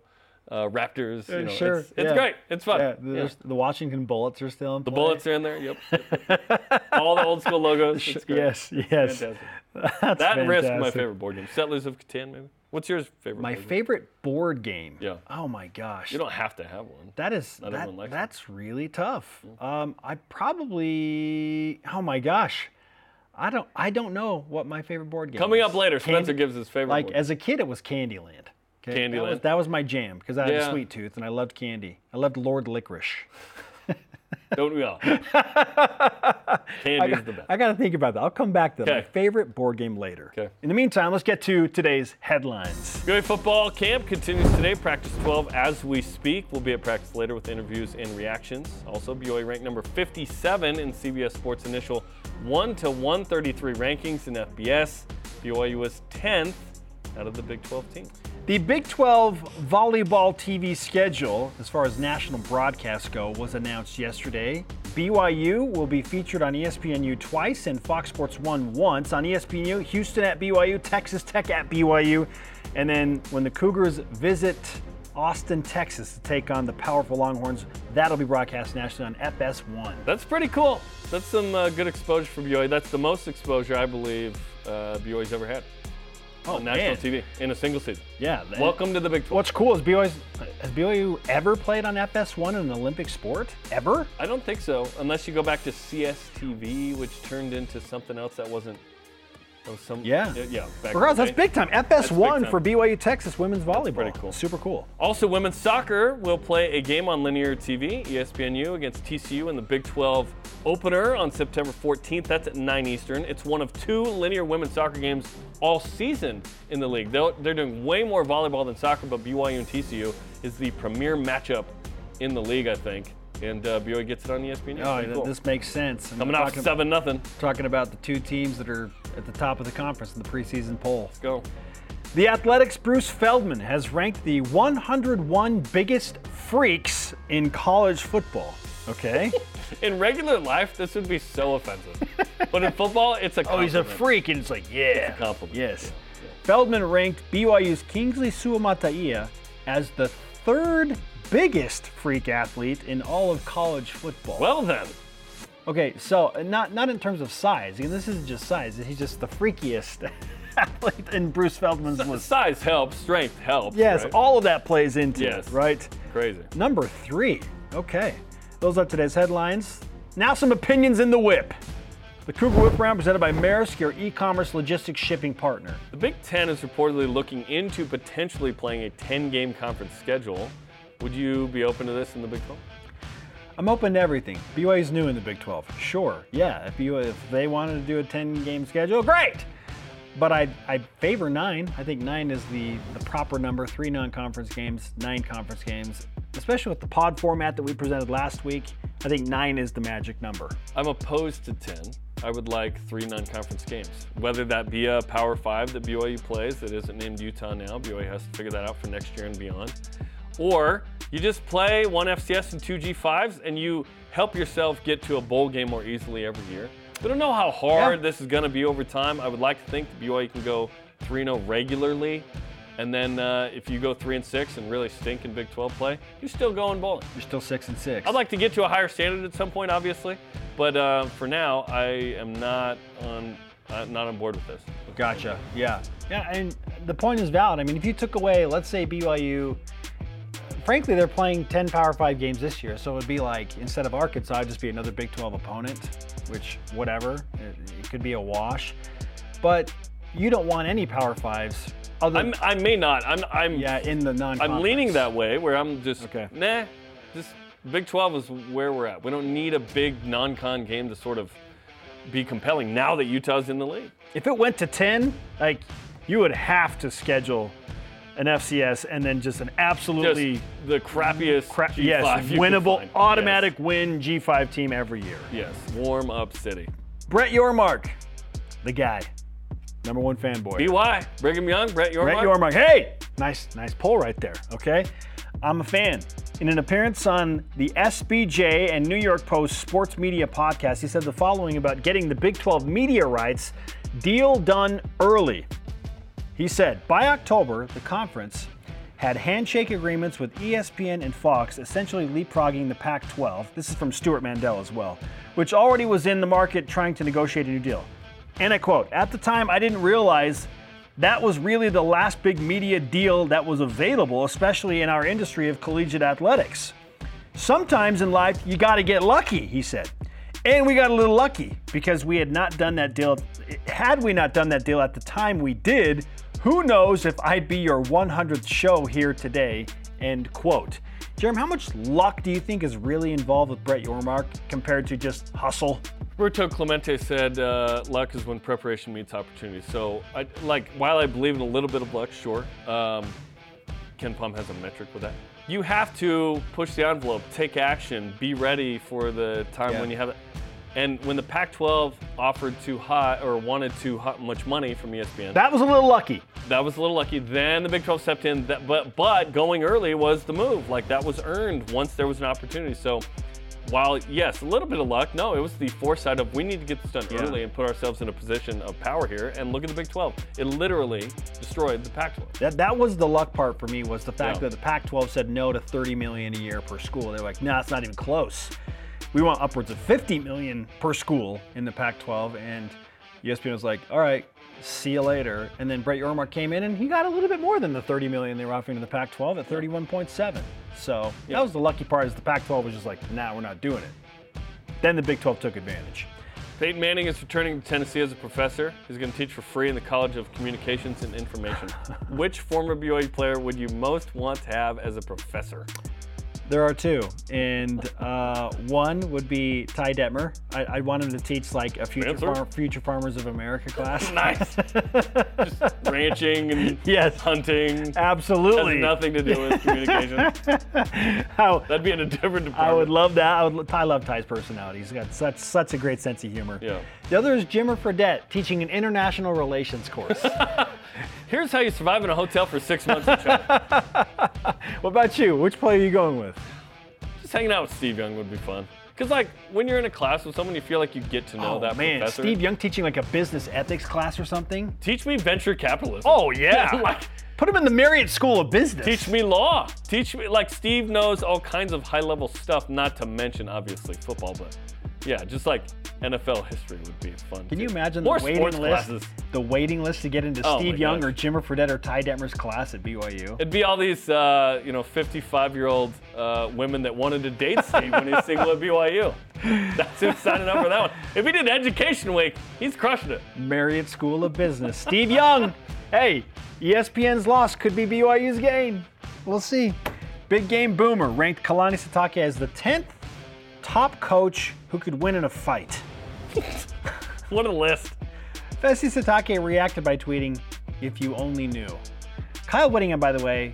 Speaker 2: uh, Raptors. You
Speaker 1: Uh,
Speaker 2: know,
Speaker 1: sure,
Speaker 2: It's, it's
Speaker 1: yeah.
Speaker 2: great. It's fun.
Speaker 1: Yeah,
Speaker 2: Yeah.
Speaker 1: there's- the Washington Bullets are still in
Speaker 2: The bullets are in there. Yep. All the old school logos. It's great.
Speaker 1: Yes, yes.
Speaker 2: Fantastic.
Speaker 1: That's
Speaker 2: That and risk my
Speaker 1: fantastic.
Speaker 2: favorite board game. Settlers of Catan, maybe. What's yours favorite?
Speaker 1: My
Speaker 2: board game?
Speaker 1: favorite board game.
Speaker 2: Yeah.
Speaker 1: Oh my gosh.
Speaker 2: You don't have to have one.
Speaker 1: that is
Speaker 2: Not
Speaker 1: that,
Speaker 2: everyone likes it. Mm-hmm.
Speaker 1: that's really tough. Um, I probably oh my gosh. I don't I don't know what my favorite board game
Speaker 2: Coming
Speaker 1: is.
Speaker 2: up later, Spencer
Speaker 1: Candy-
Speaker 2: gives his favorite.
Speaker 1: Like
Speaker 2: board.
Speaker 1: as a kid it was Candyland. 'Kay? That was,
Speaker 2: Candyland.
Speaker 1: that was my jam because I had a
Speaker 2: Yeah.
Speaker 1: sweet tooth and I loved candy. I loved Lord Licorice.
Speaker 2: don't we all?
Speaker 1: I,
Speaker 2: Candy's
Speaker 1: got-
Speaker 2: the best.
Speaker 1: I got to think about that. I'll come back to that. my
Speaker 2: 'Kay.
Speaker 1: favorite board game later.
Speaker 2: 'Kay.
Speaker 1: In the meantime, let's get to today's headlines.
Speaker 2: BYU football camp continues today, practice 12 as we speak. We'll be at practice later with interviews and reactions. Also, BYU ranked number 57 in CBS Sports initial 1 to 133 rankings in FBS. BYU was 10th out of the Big 12 teams.
Speaker 1: The Big 12 volleyball TV schedule, as far as national broadcasts go, was announced yesterday. BYU will be featured on E ESPNU twice and Fox Sports 1 once. On E ESPNU, Houston at BYU, Texas Tech at BYU. And then when the Cougars visit Austin, Texas to take on the powerful Longhorns, that'll be broadcast nationally on FS1.
Speaker 2: That's pretty cool. That's some uh, good exposure for BYU. That's the most exposure I believe uh, BYU's ever had
Speaker 1: Oh,
Speaker 2: on national TV in a single season.
Speaker 1: Yeah. that-
Speaker 2: Welcome to the Big 12.
Speaker 1: What's cool is BYU's, has BYU ever played on FS1 in an Olympic sport? Ever?
Speaker 2: I don't think so, unless you go back to CSTV, which turned into something else that wasn't. That was some,
Speaker 1: Yeah.
Speaker 2: yeah. Back in
Speaker 1: Regardless,
Speaker 2: the
Speaker 1: that's
Speaker 2: day.
Speaker 1: big time.
Speaker 2: big
Speaker 1: FS1
Speaker 2: time.
Speaker 1: for BYU Texas women's volleyball.
Speaker 2: pretty cool.
Speaker 1: Super cool.
Speaker 2: Also, women's soccer will play a game on linear E TV, ESPNU against TCU in the Big 12 opener on September 14th. That's at 9 Eastern. It's one of two linear women's soccer games all season in the league. They're, they're doing way more volleyball than soccer, but BYU and TCU is the premier matchup in the league, I think. And uh, BYU gets it on ESPN.
Speaker 1: Oh, th- this makes sense. And
Speaker 2: Coming
Speaker 1: we're
Speaker 2: off
Speaker 1: talking,
Speaker 2: 7 nothing.
Speaker 1: talking about the two teams that are at the top of the conference in the preseason poll.
Speaker 2: Go.
Speaker 1: The Athletics' Bruce Feldman has ranked the 101 biggest freaks in college football. Okay.
Speaker 2: In regular life, this would be so offensive. but in football, it's a
Speaker 1: oh, he's a
Speaker 2: compliment.
Speaker 1: freak, and it's like, yeah.
Speaker 2: It's a compliment,
Speaker 1: Yes.
Speaker 2: yeah,
Speaker 1: Feldman ranked BYU's Kingsley Suamataia as the third biggest freak athlete in all of college football.
Speaker 2: Well then,
Speaker 1: Okay, so uh, not not in terms of size. Again, this isn't just size. He's just the freakiest athlete in Bruce Feldman's list.
Speaker 2: size helps, strength helps.
Speaker 1: Yes,
Speaker 2: right?
Speaker 1: all of that plays into
Speaker 2: Yes.
Speaker 1: it, right?
Speaker 2: crazy.
Speaker 1: Number three. Okay, those are today's headlines. Now some opinions in the whip. The Cougar Whip Round presented by Maersk, your e-commerce logistics shipping partner.
Speaker 2: The Big Ten is reportedly looking into potentially playing a 10-game conference schedule. Would you be open to this in the Big 12?
Speaker 1: I'm open to everything. BYU's new in the Big 12. Sure, yeah. If you if they wanted to do a 10-game schedule, great. But I I favor nine. I think nine is the the proper number. Three non-conference games, nine conference games, especially with the pod format that we presented last week. I think nine is the magic number.
Speaker 2: I'm opposed to 10. I would like three non-conference games, whether that be a Power Five that BYU plays that isn't named Utah now. BYU has to figure that out for next year and beyond, or you just play one FCS and two G5s, and you help yourself get to a bowl game more easily every year. We don't know how hard
Speaker 1: Yeah.
Speaker 2: this is going to be over time. I would like to think that BYU can go 3-0 regularly, and then uh, if you go 3 and 6 and really stink in Big 12 play, you're still going bowling.
Speaker 1: You're still six and six.
Speaker 2: I'd like to get to a higher standard at some point, obviously, but uh, for now, I am not on uh, not on board with this.
Speaker 1: Gotcha. Yeah. Yeah, and the point is valid. I mean, if you took away, let's say BYU, frankly, they're playing 10 Power 5 games this year. So it would be like, instead of Arkansas, it'd just be another Big 12 opponent, which, whatever, it, it could be a wash. But you don't want any Power 5s other
Speaker 2: I'm, I may not. I'm I'm
Speaker 1: yeah, in the non
Speaker 2: I'm leaning that way, where I'm just
Speaker 1: Okay.
Speaker 2: nah. Just Big 12 is where we're at. We don't need a big non-con game to sort of be compelling now that Utah's in the league.
Speaker 1: If it went to 10, like, you would have to schedule an FCS, and then just an absolutely
Speaker 2: Just the crappiest
Speaker 1: crap,
Speaker 2: G5
Speaker 1: yes,
Speaker 2: you can
Speaker 1: winnable,
Speaker 2: find.
Speaker 1: automatic win G5 team every year.
Speaker 2: Yes, yes. warm up city.
Speaker 1: Brett Yormark, the guy, number one fanboy.
Speaker 2: BY, Brigham Young, Brett Yormark.
Speaker 1: Brett Yormark. Hey, nice, nice poll right there. Okay, I'm a fan. In an appearance on the SBJ and New York Post sports media podcast, he said the following about getting the Big 12 media rights deal done early. He said, by October, the conference had handshake agreements with E ESPN and Fox, essentially leapfrogging the Pac 12. This is from Stuart Mandel as well, which already was in the market trying to negotiate a new deal. And I quote, at the time, I didn't realize that was really the last big media deal that was available, especially in our industry of collegiate athletics. Sometimes in life, you got to get lucky, he said. And we got a little lucky because we had not done that deal. Had we not done that deal at the time we did, who knows if I'd be your 100th show here today, end quote. Jeremy, how much luck do you think is really involved with Brett Yormark compared to just hustle?
Speaker 2: Roberto Clemente said, uh, "Luck is when preparation meets opportunity." So, I, like, while I believe in a little bit of luck, sure, um, Ken Palm has a metric with that. You have to push the envelope, take action, be ready for the time when you have it. And when the Pac-12 offered too high or wanted too hot, much money from E ESPN,
Speaker 1: That was a little lucky.
Speaker 2: that was a little lucky. Then the Big 12 stepped in, that, but but going early was the move. Like that was earned once there was an opportunity. So while yes, a little bit of luck, no, it was the foresight of we need to get this done early and put ourselves in a position of power here. And look at the Big 12; it literally destroyed the Pac-12.
Speaker 1: That that was the luck part for me was the fact
Speaker 2: Yeah.
Speaker 1: that the Pac-12 said no to 30 million a year per school. They're like, nah, it's not even close. We want upwards of 50 million per school in the Pac-12, and E ESPN was like, all right, see you later. And then Brett Yormark came in and he got a little bit more than the 30 million they were offering to the Pac-12 at 31.7. So that was the lucky part is the Pac-12 was just like, nah, we're not doing it. Then the Big 12 took advantage.
Speaker 2: Peyton Manning is returning to Tennessee as a professor. He's going to teach for free in the College of Communications and Information. Which former BYU player would you most want to have as a professor?
Speaker 1: There are two, and uh, one would be Ty Detmer. I, I want him to teach like a future
Speaker 2: Answer.
Speaker 1: far, future farmers of America class.
Speaker 2: Nice. Ranching and
Speaker 1: Yes.
Speaker 2: hunting.
Speaker 1: Absolutely.
Speaker 2: Has nothing to do with communications.
Speaker 1: How,
Speaker 2: That'd be in a different department.
Speaker 1: I would love that. I, would, lo- I love Ty's personality. He's got such such a great sense of humor.
Speaker 2: Yeah.
Speaker 1: The other is Jimmer Fredette teaching an international relations course. what
Speaker 2: Here's how you survive in a hotel for six months in China.
Speaker 1: about you? Which play are you going with?
Speaker 2: Just hanging out with Steve Young would be fun. Because, like, when you're in a class with someone, you feel like you get to know
Speaker 1: oh
Speaker 2: that
Speaker 1: man,
Speaker 2: professor.
Speaker 1: Steve Young teaching like a business ethics class or something.
Speaker 2: Teach me venture capitalism.
Speaker 1: Oh yeah.
Speaker 2: Like-
Speaker 1: Put him in the Marriott School of Business.
Speaker 2: Teach me law. Teach me like Steve knows all kinds of high-level stuff. Not to mention obviously football, but yeah, just like NFL history would be fun.
Speaker 1: Can you imagine
Speaker 2: More
Speaker 1: the waiting
Speaker 2: sports
Speaker 1: list?
Speaker 2: classes?
Speaker 1: The waiting list to get into
Speaker 2: Oh my
Speaker 1: Steve Young
Speaker 2: gosh.
Speaker 1: or Jimmer Fredette or Ty Detmer's class at BYU.
Speaker 2: It'd be all these, uh, you know, 55-year-old uh, women that wanted to date Steve when he's single at BYU. That's who's signing up for that one. If he did Education Week, he's crushing it.
Speaker 1: Marriott School of Business. Steve Young. Hey, E ESPN's loss could be BYU's gain. We'll see. Big Game Boomer ranked Kalani Satake as the 10th top coach who could win in a fight.
Speaker 2: What a list!
Speaker 1: Fessy Satake reacted by tweeting, If you only knew. Kyle Whittingham, by the way,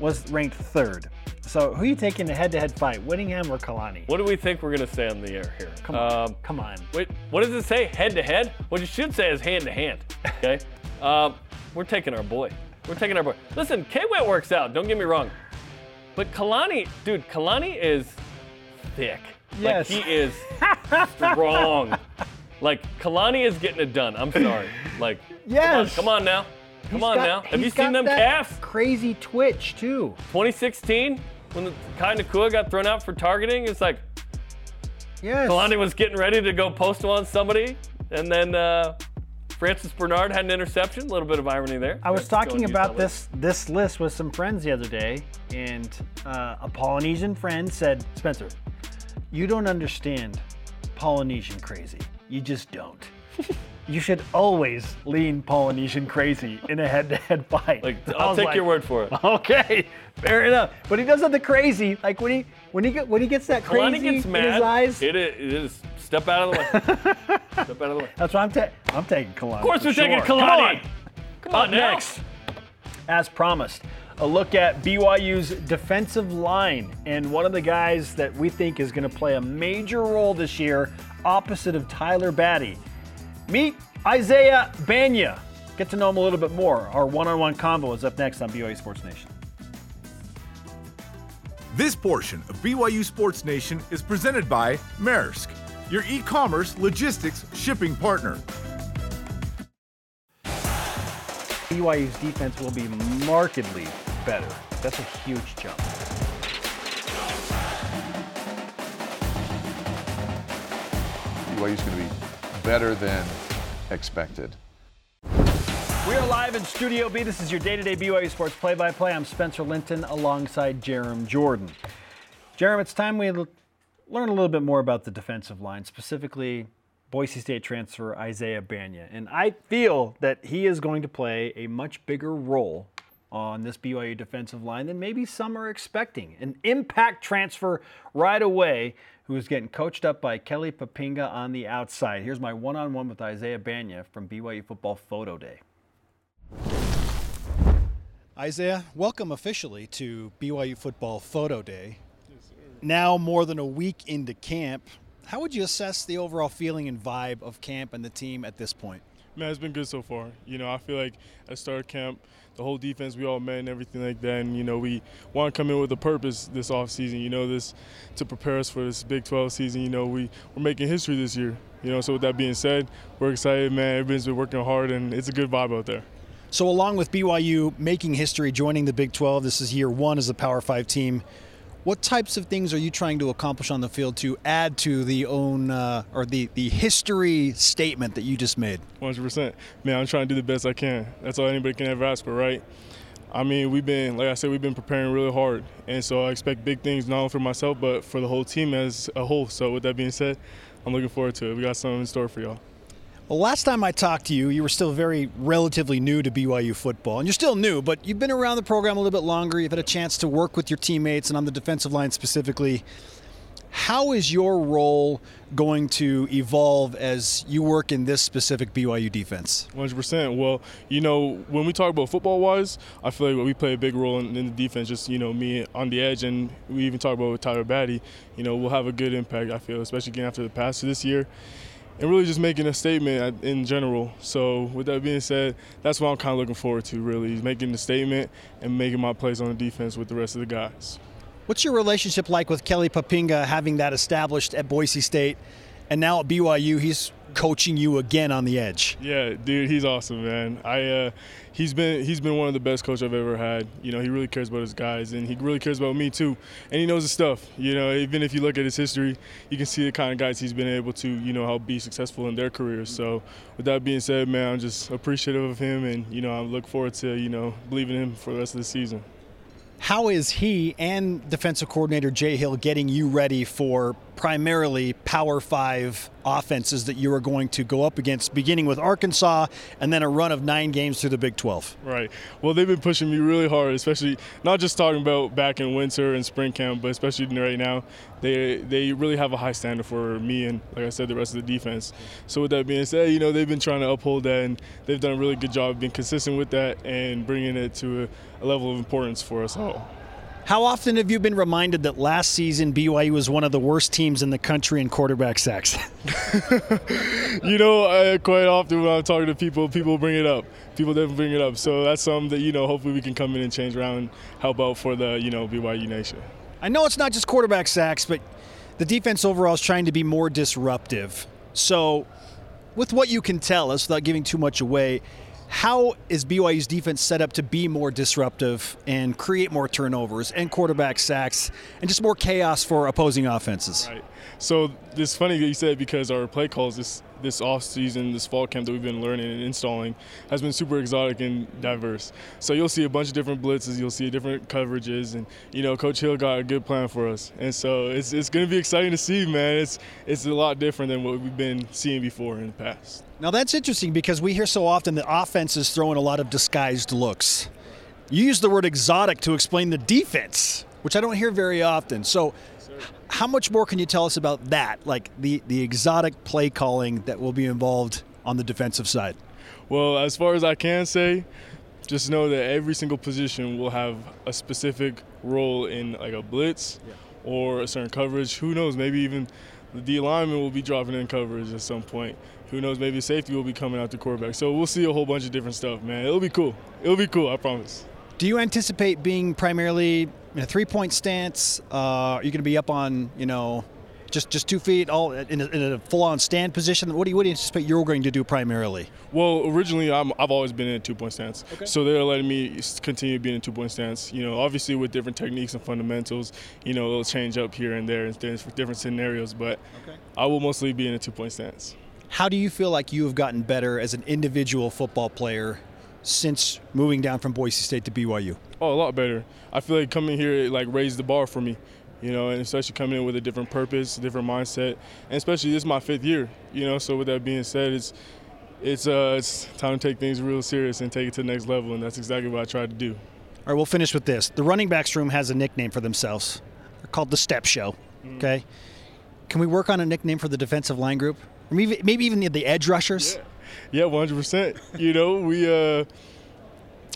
Speaker 1: was ranked third. So who you taking in a head-to-head fight, Whittingham or Kalani?
Speaker 2: What do we think we're gonna say on the air here?
Speaker 1: Come on.
Speaker 2: Um,
Speaker 1: Come on.
Speaker 2: Wait, what does it say? Head to head? What you should say is hand to hand. Okay. um, we're taking our boy. We're taking our boy. Listen, K Wet works out. Don't get me wrong. But Kalani, dude, Kalani is thick.
Speaker 1: Yes.
Speaker 2: Like he is strong. like Kalani is getting it done. I'm sorry. Like.
Speaker 1: Yes.
Speaker 2: Come on, come on now. Come
Speaker 1: He's
Speaker 2: on
Speaker 1: got-
Speaker 2: now. Have
Speaker 1: he's
Speaker 2: you
Speaker 1: got
Speaker 2: seen them
Speaker 1: that
Speaker 2: calves?
Speaker 1: Crazy twitch too.
Speaker 2: 2016, when the Kai Nakua got thrown out for targeting, it's like
Speaker 1: Yes.
Speaker 2: Kalani was getting ready to go post on somebody, and then uh, Francis Bernard had an interception. A little bit of irony there.
Speaker 1: I was
Speaker 2: Francis
Speaker 1: talking
Speaker 2: going to
Speaker 1: about
Speaker 2: UCLA.
Speaker 1: this this list with some friends the other day, and uh, a Polynesian friend said, "Spencer, you don't understand Polynesian crazy. You just don't. you should always lean Polynesian crazy in a head-to-head fight."
Speaker 2: Like,
Speaker 1: I
Speaker 2: I'll
Speaker 1: was
Speaker 2: take
Speaker 1: like,
Speaker 2: your word for it.
Speaker 1: Okay, fair enough. But he does have the crazy, like when he when he get, when he gets that
Speaker 2: Kalani
Speaker 1: crazy
Speaker 2: gets mad.
Speaker 1: in his eyes.
Speaker 2: It is, it is. Step out of the way. Step out of the way. Of
Speaker 1: That's why I'm, ta- I'm taking Kalani. Of
Speaker 2: course, we're taking Kalani. Come on,
Speaker 1: next.
Speaker 2: next.
Speaker 7: as promised, a look at BYU's defensive line and one of the guys that we think is going to play a major role this year, opposite of Tyler Batty. Meet Isaiah Banya. Get to know him a little bit more. Our one on one convo is up next on BYU Sports Nation.
Speaker 8: This portion of BYU Sports Nation is presented by Maersk, your e commerce logistics shipping partner.
Speaker 7: BYU's defense will be markedly better. That's a huge jump.
Speaker 9: BYU's going to be better than expected.
Speaker 7: We are live in Studio B. This is your day-to-day BYU Sports play-by-play. I'm Spencer Linton alongside Jerem Jordan. Jerem, it's time we l- learn a little bit more about the defensive line, specifically Boise State transfer Isaiah Banya. And I feel that he is going to play a much bigger role on this BYU defensive line than maybe some are expecting. An impact transfer right away who is getting coached up by Kelly Papinga on the outside. Here's my one-on-one with Isaiah Banya from BYU Football Photo Day.
Speaker 1: Isaiah, welcome officially to BYU Football Photo Day. Now, more than a week into camp, how would you assess the overall feeling and vibe of camp and the team at this point?
Speaker 10: Man, it's been good so far. You know, I feel like at start of camp, the whole defense, we all met and everything like that. And, you know, we want to come in with a purpose this offseason, you know, this to prepare us for this Big 12 season. You know, we, we're making history this year. You know, so with that being said, we're excited, man. Everybody's been working hard, and it's a good vibe out there.
Speaker 1: So, along with BYU making history, joining the Big 12, this is year one as a Power 5 team. What types of things are you trying to accomplish on the field to add to the own uh, or the, the history statement that you just made?
Speaker 10: 100%. Man, I'm trying to do the best I can. That's all anybody can ever ask for, right? I mean, we've been, like I said, we've been preparing really hard. And so I expect big things, not only for myself, but for the whole team as a whole. So, with that being said, I'm looking forward to it. We got something in store for y'all.
Speaker 1: Well, last time I talked to you, you were still very relatively new to BYU football, and you're still new, but you've been around the program a little bit longer. You've had a chance to work with your teammates and on the defensive line specifically. How is your role going to evolve as you work in this specific BYU defense?
Speaker 10: 100%. Well, you know, when we talk about football wise, I feel like we play a big role in, in the defense, just, you know, me on the edge. And we even talk about with Tyler Batty, you know, we'll have a good impact, I feel, especially getting after the pass this year and really just making a statement in general. So, with that being said, that's what I'm kind of looking forward to, really, is making the statement and making my plays on the defense with the rest of the guys.
Speaker 1: What's your relationship like with Kelly Papinga having that established at Boise State and now at BYU? He's coaching you again on the edge.
Speaker 10: Yeah, dude, he's awesome, man. I uh, he's been he's been one of the best coach I've ever had. You know, he really cares about his guys, and he really cares about me too. And he knows his stuff. You know, even if you look at his history, you can see the kind of guys he's been able to you know help be successful in their careers. So, with that being said, man, I'm just appreciative of him, and you know, I look forward to you know believing in him for the rest of the season.
Speaker 1: How is he and defensive coordinator Jay Hill getting you ready for primarily Power Five offenses that you are going to go up against, beginning with Arkansas and then a run of nine games through the Big 12?
Speaker 10: Right. Well, they've been pushing me really hard, especially not just talking about back in winter and spring camp, but especially right now. They they really have a high standard for me and, like I said, the rest of the defense. So with that being said, you know they've been trying to uphold that, and they've done a really good job of being consistent with that and bringing it to a, a level of importance for us all.
Speaker 1: How often have you been reminded that last season BYU was one of the worst teams in the country in quarterback sacks?
Speaker 10: you know, I, quite often when I'm talking to people, people bring it up. People definitely bring it up. So that's something that you know, hopefully we can come in and change around and help out for the you know BYU nation.
Speaker 1: I know it's not just quarterback sacks, but the defense overall is trying to be more disruptive. So, with what you can tell us, without giving too much away, how is BYU's defense set up to be more disruptive and create more turnovers and quarterback sacks and just more chaos for opposing offenses?
Speaker 10: Right. So it's funny that you said because our play calls this this off season, this fall camp that we've been learning and installing has been super exotic and diverse. So you'll see a bunch of different blitzes, you'll see different coverages, and you know Coach Hill got a good plan for us, and so it's it's going to be exciting to see, man. It's it's a lot different than what we've been seeing before in the past.
Speaker 1: Now that's interesting because we hear so often that offense is throwing a lot of disguised looks. You use the word exotic to explain the defense, which I don't hear very often. So how much more can you tell us about that? Like the the exotic play calling that will be involved on the defensive side?
Speaker 10: Well, as far as I can say, just know that every single position will have a specific role in like a blitz or a certain coverage. Who knows? Maybe even the D lineman will be dropping in coverage at some point. Who knows? Maybe safety will be coming out the quarterback. So we'll see a whole bunch of different stuff, man. It'll be cool. It'll be cool. I promise.
Speaker 11: Do you anticipate being primarily in a three-point stance? Uh, are you going to be up on you know, just just two feet, all in a, in a full-on stand position? What do you what do you anticipate you're going to do primarily?
Speaker 10: Well, originally I'm, I've always been in a two-point stance, so they're letting me s- continue being in a two-point stance. You know, obviously with different techniques and fundamentals, you know, it'll change up here and there and things for different scenarios. But I will mostly be in a two-point stance.
Speaker 11: How do you feel like you have gotten better as an individual football player since moving down from Boise State to BYU?
Speaker 10: Oh, a lot better. I feel like coming here it like raised the bar for me, you know, and especially coming in with a different purpose, different mindset, and especially this is my fifth year, you know. So with that being said, it's it's uh it's time to take things real serious and take it to the next level, and that's exactly what I tried to do.
Speaker 11: All right, we'll finish with this. The running backs room has a nickname for themselves. They're called the Step Show.
Speaker 2: Mm.
Speaker 11: Okay. Can we work on a nickname for the defensive line group? Or Maybe, maybe even the edge rushers.
Speaker 10: Yeah, one hundred percent. You know, we uh,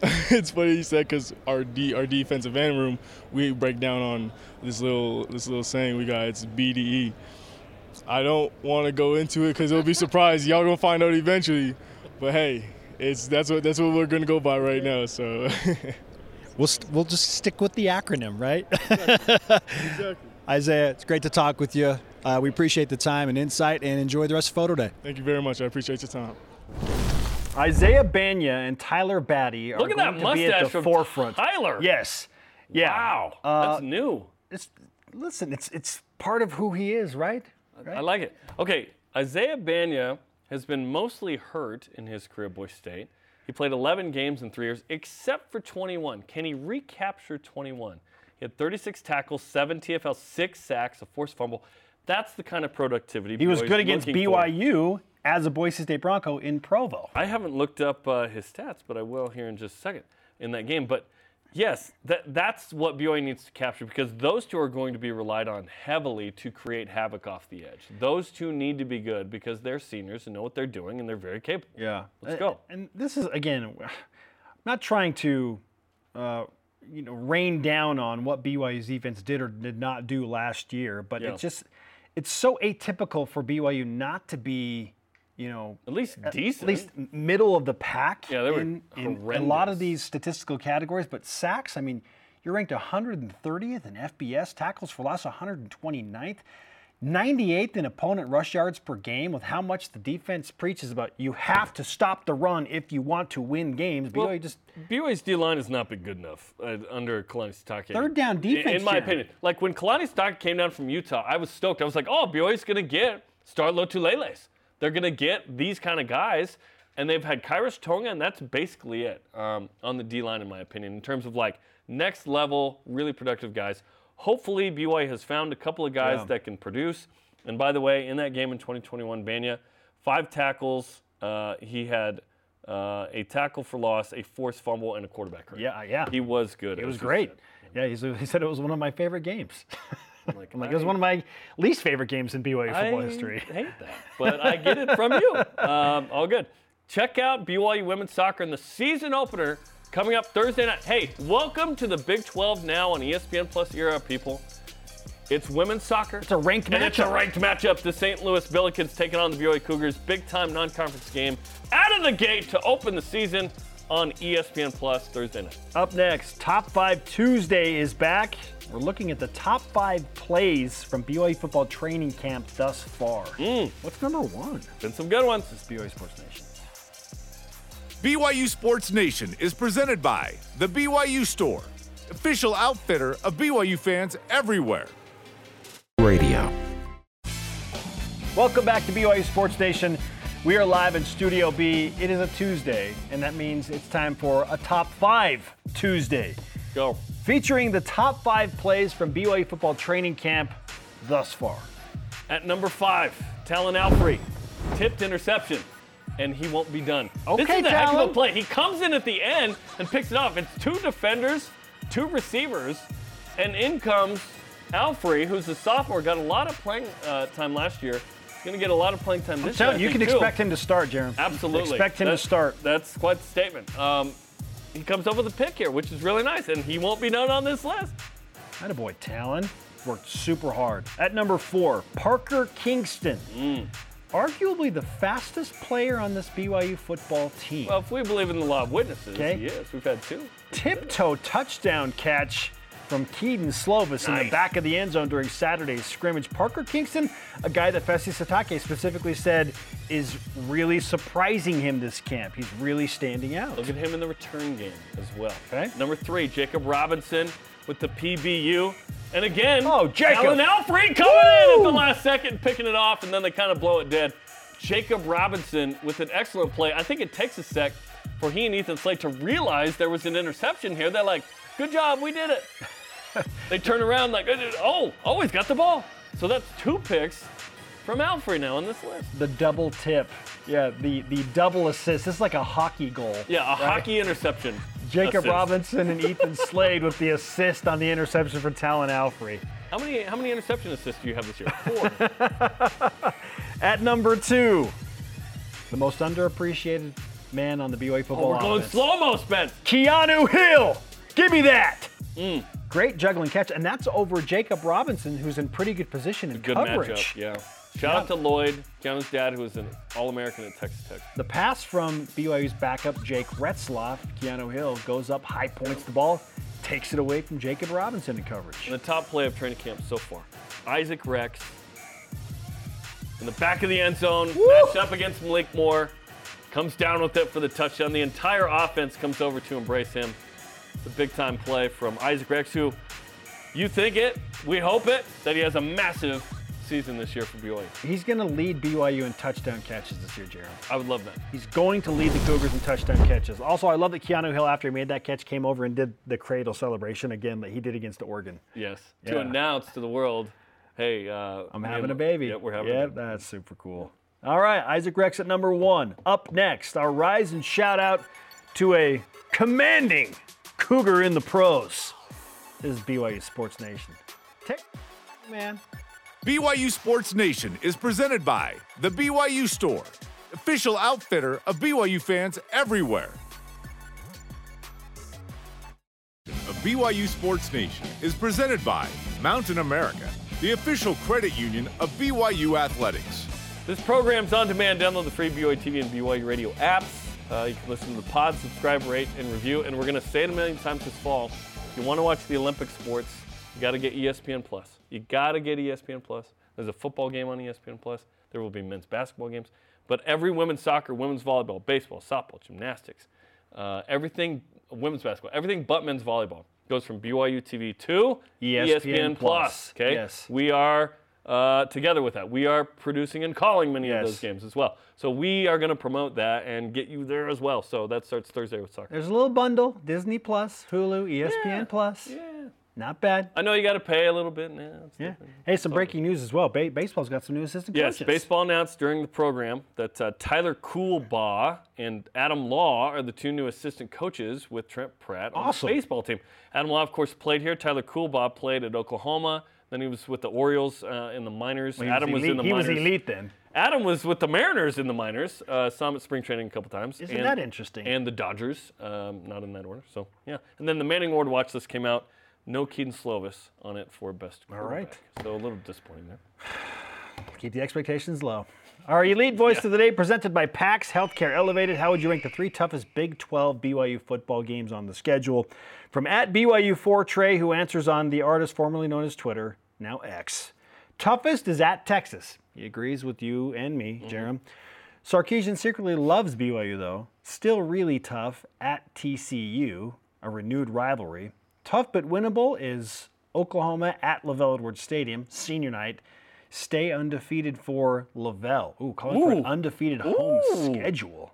Speaker 10: it's funny you said because our D, our defensive end room, we break down on this little this little saying we got. It's BDE. I don't want to go into it because it'll be surprised. Y'all gonna find out eventually. But hey, it's that's what that's what we're gonna go by right now. So.
Speaker 11: We'll, st- we'll just stick with the acronym, right? Isaiah, it's great to talk with you. Uh, we appreciate the time and insight and enjoy the rest of Photo Day.
Speaker 10: Thank you very much. I appreciate your time.
Speaker 1: Isaiah Banya and Tyler Batty are
Speaker 2: Look at
Speaker 1: going
Speaker 2: that
Speaker 1: to be at
Speaker 2: mustache
Speaker 1: the
Speaker 2: from
Speaker 1: forefront.
Speaker 2: Tyler.
Speaker 1: Yes. Yeah. Uh, Wow.
Speaker 2: That's new.
Speaker 1: It's, listen, it's it's part of who he is, right?
Speaker 2: I like it. Okay, Isaiah Banya has been mostly hurt in his career at Boise State. He played 11 games in three years, except for 21. Can he recapture 21? He had 36 tackles, seven TFL, six sacks, a forced fumble. That's the kind of productivity.
Speaker 1: He was
Speaker 2: BYU is
Speaker 1: good against
Speaker 2: looking for.
Speaker 1: BYU as a Boise State Bronco in Provo.
Speaker 2: I haven't looked up uh, his stats, but I will here in just a second in that game. But yes, that, that's what BYU needs to capture because those two are going to be relied on heavily to create havoc off the edge. Those two need to be good because they're seniors and know what they're doing and they're very capable.
Speaker 1: Yeah. Uh,
Speaker 2: Let's go.
Speaker 1: And this is again, I'm not trying to, uh, you know, rain down on what BYU's defense did or did not do last year, but
Speaker 2: Yeah.
Speaker 1: it's just, it's so atypical for BYU not to be, you know,
Speaker 2: At least
Speaker 1: at
Speaker 2: decent.
Speaker 1: least middle of the pack
Speaker 2: Yeah, they were
Speaker 1: in, in a lot of these statistical categories. But sacks, I mean, you're ranked 130th in FBS, tackles for loss 129th, 98th in opponent rush yards per game. With how much the defense preaches about you have to stop the run if you want to win games. BYU just
Speaker 2: BYU's D line has not been good enough uh, under Kalani Sitake.
Speaker 1: Third down
Speaker 2: In-
Speaker 1: defense,
Speaker 2: in my
Speaker 1: Jared.
Speaker 2: opinion. Like when Kalani Sitake came down from Utah, I was stoked. I was like, oh, BYU's gonna get Starlo Tuleles. They're gonna get these kind of guys, and they've had Kairos Tonga, and that's basically it um, on the D line, in my opinion, in terms of like next level, really productive guys. Hopefully, BYU has found a couple of guys
Speaker 1: Yeah.
Speaker 2: that can produce. And by the way, in that game in 2021, Banya, five tackles. Uh, he had uh, a tackle for loss, a forced fumble, and a quarterback hurry.
Speaker 1: yeah yeah.
Speaker 2: He was good.
Speaker 1: It was great. Yeah, he said, he said it was one of my favorite games.
Speaker 2: I'm like,
Speaker 1: I'm like, it was one of my least favorite games in BYU football
Speaker 2: I
Speaker 1: history.
Speaker 2: hate that, but I get it from you. Um, all good. Check out BYU women's soccer in the season opener coming up Thursday night. Hey, welcome to the Big 12 now on E ESPN Plus era, people. It's women's soccer. It's
Speaker 1: a ranked
Speaker 2: and It's a
Speaker 1: matchup.
Speaker 2: ranked matchup. The St. Louis Billikens taking on the BYU Cougars. Big time non-conference game out of the gate to open the season on E ESPN Plus Thursday night.
Speaker 1: Up next, Top 5 Tuesday is back. We're looking at the top five plays from BYU football training camp thus far.
Speaker 2: Mm.
Speaker 1: What's number one?
Speaker 2: Been some good ones.
Speaker 1: It's BYU Sports Nation.
Speaker 12: BYU Sports Nation is presented by The BYU Store, official outfitter of BYU fans everywhere.
Speaker 13: Radio.
Speaker 1: Welcome back to BYU Sports Nation. We are live in Studio B. It is a Tuesday, and that means it's time for a top five Tuesday,
Speaker 2: Go.
Speaker 1: featuring the top five plays from BYU football training camp thus far.
Speaker 2: At number five, Talon Alfrey. Tipped interception. And he won't be done. this
Speaker 1: Okay,
Speaker 2: is a heck of a
Speaker 1: Talon.
Speaker 2: play. He comes in at the end and picks it off. It's two defenders, two receivers, and in comes Alfrey, who's a sophomore, got a lot of playing uh, time last year. Going to get a lot of playing time this
Speaker 1: So
Speaker 2: year. I
Speaker 1: you can
Speaker 2: think, too.
Speaker 1: expect him to start, Jeremy.
Speaker 2: Absolutely.
Speaker 1: Expect him
Speaker 2: That's-
Speaker 1: to start.
Speaker 2: That's quite the statement. Um, he comes up with a pick here, which is really nice, and he won't be known on this list.
Speaker 1: That boy, Talon, worked super hard. At number four, Parker Kingston.
Speaker 2: Mm.
Speaker 1: Arguably the fastest player on this BYU football team.
Speaker 2: Well, if we believe in the law of witnesses,
Speaker 1: Okay.
Speaker 2: he is. We've had two.
Speaker 1: Tiptoe touchdown catch from Keaton Slovis in the back of the end zone during Saturday's scrimmage. Parker Kingston, a guy that Fessy Satake specifically said is really surprising him this camp. He's really standing out.
Speaker 2: Look at him in the return game as well. Okay. Number three, Jacob Robinson with the PBU. And again, oh,
Speaker 1: Jacob.
Speaker 2: Alan Alfred coming in at the last second, picking it off, and then they kind of blow it dead. Jacob Robinson with an excellent play. I think it takes a sec for he and Ethan Slade to realize there was an interception here. They're like, good job, we did it. they turn around like, oh, oh, he's got the ball. So that's two picks from Alfred now on this list.
Speaker 1: The double tip. Yeah, the, the double assist. This is like a hockey goal.
Speaker 2: Yeah, a
Speaker 1: right?
Speaker 2: hockey interception.
Speaker 1: Jacob
Speaker 2: assist.
Speaker 1: Robinson and Ethan Slade with the assist on the interception for Talon Alfrey.
Speaker 2: How many how many interception assists do you have this year?
Speaker 1: At number two, the most underappreciated man on the BYU
Speaker 2: Oh,
Speaker 1: football
Speaker 2: we're going
Speaker 1: offense.
Speaker 2: slow mo, Spence.
Speaker 1: Keanu Hill. Give me that.
Speaker 2: Mm.
Speaker 1: Great juggling catch, and that's over Jacob Robinson, who's in pretty good position in
Speaker 2: Good
Speaker 1: coverage.
Speaker 2: matchup. Yeah. Shout out to Lloyd, Keanu's dad, who was an All American at Texas Tech.
Speaker 1: The pass from BYU's backup Jake Retzloff, Keanu Hill, goes up high, points the ball, takes it away from Jacob Robinson in coverage.
Speaker 2: And the top play of training camp so far Isaac Rex in the back of the end zone, matched up against Malik Moore, comes down with it for the touchdown. The entire offense comes over to embrace him. It's a big time play from Isaac Rex, who you think it, we hope it, that he has a massive season this year for E. BYU.
Speaker 1: He's going to lead BYU in touchdown catches this year, Gerald.
Speaker 2: I would love that.
Speaker 1: He's going to lead the Cougars in touchdown catches. Also, I love that Keanu Hill, after he made that catch, came over and did the cradle celebration again that he did against Oregon.
Speaker 2: Yes.
Speaker 1: Yeah.
Speaker 2: To announce to the world, hey, uh,
Speaker 1: I'm
Speaker 2: we
Speaker 1: having
Speaker 2: have-
Speaker 1: a baby.
Speaker 2: Yep, we're having. a
Speaker 1: Yep,
Speaker 2: baby.
Speaker 1: that's super cool. All right, Isaac Rex at number one. Up next, our rise and shout out to a commanding Cougar in the pros. This is BYU Sports Nation. man.
Speaker 12: BYU Sports Nation is presented by The BYU Store, official outfitter of BYU fans everywhere. A BYU Sports Nation is presented by Mountain America, the official credit union of BYU Athletics.
Speaker 2: This program's on demand. Download the free BYU TV and BYU Radio apps. Uh, you can listen to the pod, subscribe, rate, and review. And we're going to say it a million times this fall. If you want to watch the Olympic sports, you got to get E ESPN Plus. You got to get E ESPN Plus. There's a football game on E ESPN Plus. There will be men's basketball games. But every women's soccer, women's volleyball, baseball, softball, gymnastics, uh, everything, women's basketball, everything but men's volleyball goes from BYU TV to E
Speaker 1: ESPN+.
Speaker 2: Okay.
Speaker 1: Yes.
Speaker 2: We are uh, together with that. We are producing and calling many
Speaker 1: Yes.
Speaker 2: of those games as well. So we are going to promote that and get you there as well. So that starts Thursday with soccer.
Speaker 1: There's a little bundle Disney Plus, Hulu, E ESPN Plus.
Speaker 2: Yeah.
Speaker 1: Not bad.
Speaker 2: I know you got to pay a little bit now.
Speaker 1: Yeah. Hey, some breaking news as well. Ba- baseball's got some new assistant
Speaker 2: Yes,
Speaker 1: coaches.
Speaker 2: baseball announced during the program that uh, Tyler Coolbaugh and Adam Law are the two new assistant coaches with Trent Pratt on
Speaker 1: Awesome.
Speaker 2: the baseball team. Adam Law, of course, played here. Tyler Coolbaugh played at Oklahoma. Then he was with the Orioles uh, in the minors.
Speaker 1: Well, he
Speaker 2: Adam was
Speaker 1: elite-
Speaker 2: in the
Speaker 1: he
Speaker 2: minors.
Speaker 1: was elite then.
Speaker 2: Adam was with the Mariners in the minors. Uh, saw him at spring training a couple times.
Speaker 1: Isn't that interesting?
Speaker 2: And the Dodgers, um, not in that order. So yeah. And then the Manning Award watch list came out. No Keaton Slovis on it for best.
Speaker 1: All right.
Speaker 2: quarterback. So a little disappointing there.
Speaker 1: Keep the expectations low. Our elite voice of the day presented by PAX Healthcare Elevated. How would you rank the three toughest Big 12 BYU football games on the schedule? From at BYU4 Trey, who answers on the artist formerly known as Twitter, now X. Toughest is at Texas. He agrees with you and me,
Speaker 2: Mm-hmm.
Speaker 1: Jerem. Sarkeesian secretly loves BYU, though. Still really tough at TCU, a renewed rivalry. Tough but winnable is Oklahoma at Lavelle Edwards Stadium, senior night. Stay undefeated for Lavelle. Ooh, calling for an
Speaker 2: Ooh.
Speaker 1: undefeated home
Speaker 2: Ooh.
Speaker 1: schedule.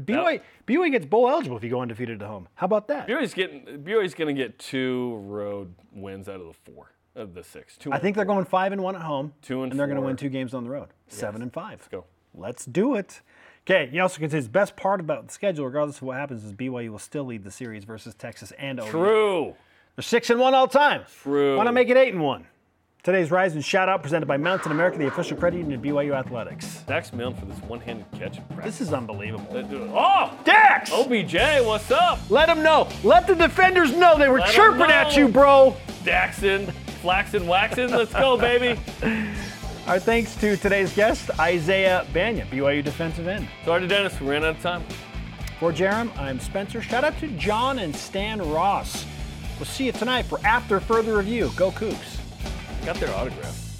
Speaker 1: BYU, BYU gets bowl eligible if you go undefeated at home. How about that?
Speaker 2: BYU's getting BYU's going to get two road wins out of the four of the six. Two.
Speaker 1: I think they're going five and one at home.
Speaker 2: Two and
Speaker 1: they're going to win
Speaker 2: four.
Speaker 1: two games on the road. Seven and five. Let's
Speaker 2: go.
Speaker 1: Let's do it. Okay. He also considers best part about the schedule, regardless of what happens, is BYU will still lead the series versus Texas and OU.
Speaker 2: True.
Speaker 1: They're six and one all time.
Speaker 2: True.
Speaker 1: Want to make it eight and one? Today's Rise and Shout Out presented by Mountain America, the official credit union of BYU Athletics.
Speaker 2: Dax Milne for this one-handed catch.
Speaker 1: This is unbelievable.
Speaker 2: Oh,
Speaker 1: Dax!
Speaker 2: OBJ, what's up?
Speaker 1: Let them know. Let the defenders know they were
Speaker 2: Let 'em
Speaker 1: chirping at
Speaker 2: know.
Speaker 1: you, bro.
Speaker 2: Daxon, Flaxon, Waxon, let's go, baby.
Speaker 1: Our thanks to today's guest, Isaiah Banya, BYU defensive end.
Speaker 2: Sorry to Dennis, we ran out of time.
Speaker 1: For Jerem, I'm Spencer. Shout out to John and Stan Ross. We'll see you tonight for After Further Review. Go Cougs.
Speaker 2: Got their autograph.